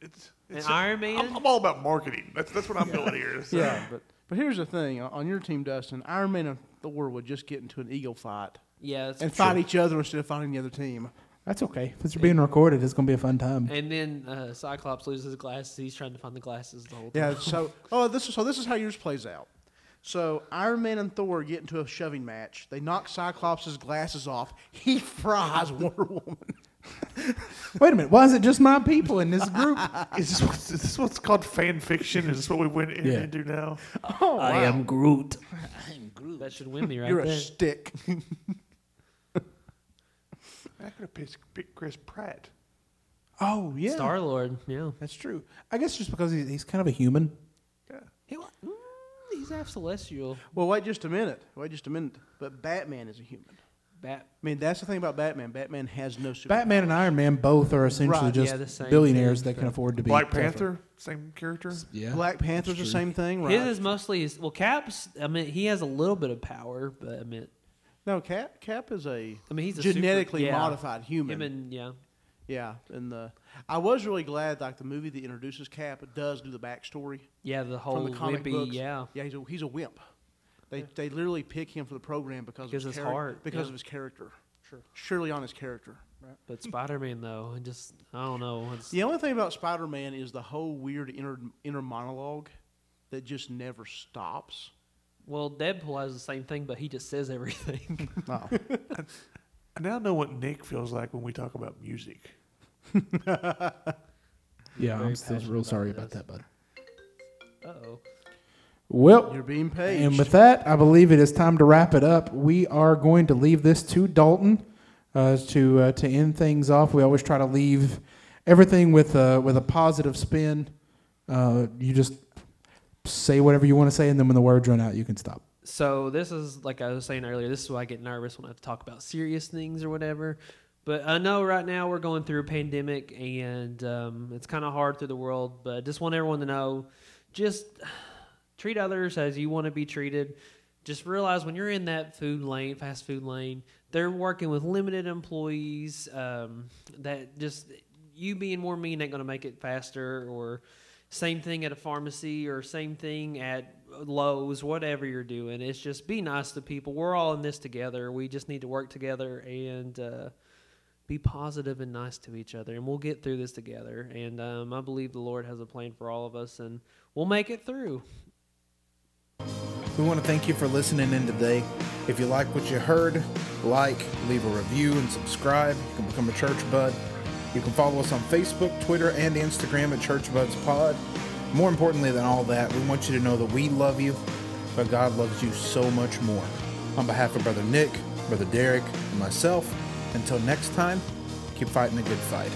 Speaker 4: It's,
Speaker 3: And
Speaker 4: it's
Speaker 3: Iron
Speaker 4: I'm,
Speaker 3: Man.
Speaker 4: I'm all about marketing. That's that's what I'm doing here.
Speaker 3: Mm-hmm.
Speaker 4: So.
Speaker 5: Yeah, but but here's the thing: on- on your team, Dustin, Iron Man and Thor would just get into an ego fight
Speaker 3: Yeah. That's
Speaker 5: and fight each other instead of fighting the other team.
Speaker 2: Yeah, that's okay. If it's being recorded, it's gonna be a fun time.
Speaker 3: And then uh, Cyclops loses his glasses. He's trying to find the glasses the whole time.
Speaker 5: Yeah. So, oh, this is so. This is how yours plays out. So Iron Man and Thor get into a shoving match. They knock Cyclops' glasses off. He fries Wonder Woman.
Speaker 2: Wait a minute. Why is it just my people in this group?
Speaker 4: Is this what's, is this what's called fan fiction? Is this what we went in-
Speaker 2: Yeah. Uh,
Speaker 4: into now?
Speaker 3: I am Groot. That should win me right
Speaker 5: You're a
Speaker 3: there.
Speaker 5: stick.
Speaker 4: I could have picked, picked Chris Pratt.
Speaker 2: oh yeah,
Speaker 3: Star Lord. Yeah.
Speaker 2: that's true. I guess just because he's, he's kind of a human.
Speaker 4: Yeah.
Speaker 3: He, wa- mm, he's half celestial.
Speaker 5: well, wait just a minute. Wait just a minute. But Batman is a human.
Speaker 3: Bat.
Speaker 5: I mean, that's the thing about Batman. Batman has no super.
Speaker 2: Batman and Iron Man both are essentially
Speaker 5: Right,
Speaker 2: just
Speaker 3: yeah, the same
Speaker 2: billionaires
Speaker 3: thing.
Speaker 2: that can afford to be
Speaker 4: Black
Speaker 2: tougher.
Speaker 4: Panther, same character.
Speaker 2: Yeah,
Speaker 5: Black Panther's the
Speaker 2: that's true.
Speaker 5: same thing, right?
Speaker 3: His is mostly his. Well, Cap's. I mean, he has a little bit of power, but I mean,
Speaker 5: no, Cap. Cap is a
Speaker 3: I mean, he's a super-
Speaker 5: genetically
Speaker 3: yeah.
Speaker 5: modified human.
Speaker 3: him and yeah.
Speaker 5: Yeah, and the I was really glad like the movie that introduces Cap does do the backstory
Speaker 3: Yeah, the whole
Speaker 5: from the comic
Speaker 3: Oh, wimpy,
Speaker 5: books.
Speaker 3: yeah.
Speaker 5: yeah, he's a, he's a wimp. They they literally pick him for the program because
Speaker 3: Because
Speaker 5: of his
Speaker 3: his
Speaker 5: charac-
Speaker 3: heart,
Speaker 5: because
Speaker 3: yeah.
Speaker 5: of his character.
Speaker 3: Sure.
Speaker 5: surely on his character.
Speaker 3: But Spider Man though, and just I don't know. It's,
Speaker 5: The only thing about Spider Man is the whole weird inner inner monologue that just never stops.
Speaker 3: Well, Deadpool has the same thing, but he just says everything.
Speaker 5: Oh.
Speaker 4: I now know what Nick feels like when we talk about music.
Speaker 2: Yeah,
Speaker 3: Very
Speaker 2: I'm still
Speaker 3: passionate
Speaker 2: real
Speaker 3: about
Speaker 2: sorry about
Speaker 3: this.
Speaker 2: that, bud.
Speaker 3: uh oh.
Speaker 2: Well,
Speaker 5: You're being paid.
Speaker 2: and with that, I believe it is time to wrap it up. We are going to leave this to Dalton uh, to uh, to end things off. We always try to leave everything with a with a positive spin. Uh, you just say whatever you want to say, and then when the words run out, you can stop.
Speaker 3: So this is like I was saying earlier. This is why I get nervous when I have to talk about serious things or whatever. But I know right now we're going through a pandemic and um, it's kind of hard through the world. But I just want everyone to know, just treat others as you want to be treated. Just realize when you're in that food lane, fast food lane, they're working with limited employees. Um, that just you being more mean ain't gonna make it faster. Or same thing at a pharmacy, or same thing at Lowe's, whatever you're doing. It's just be nice to people. We're all in this together. We just need to work together and. Uh, be positive and nice to each other, and we'll get through this together. And um, I believe the Lord has a plan for all of us, and we'll make it through.
Speaker 1: We want to thank you for listening in today. If you like what you heard, like, leave a review, and subscribe. You can become a church bud. You can follow us on Facebook, Twitter, and Instagram at Church Buds Pod. More importantly than all that, we want you to know that we love you, but God loves you so much more. On behalf of Brother Nick, Brother Derek, and myself, until next time, keep fighting the good fight.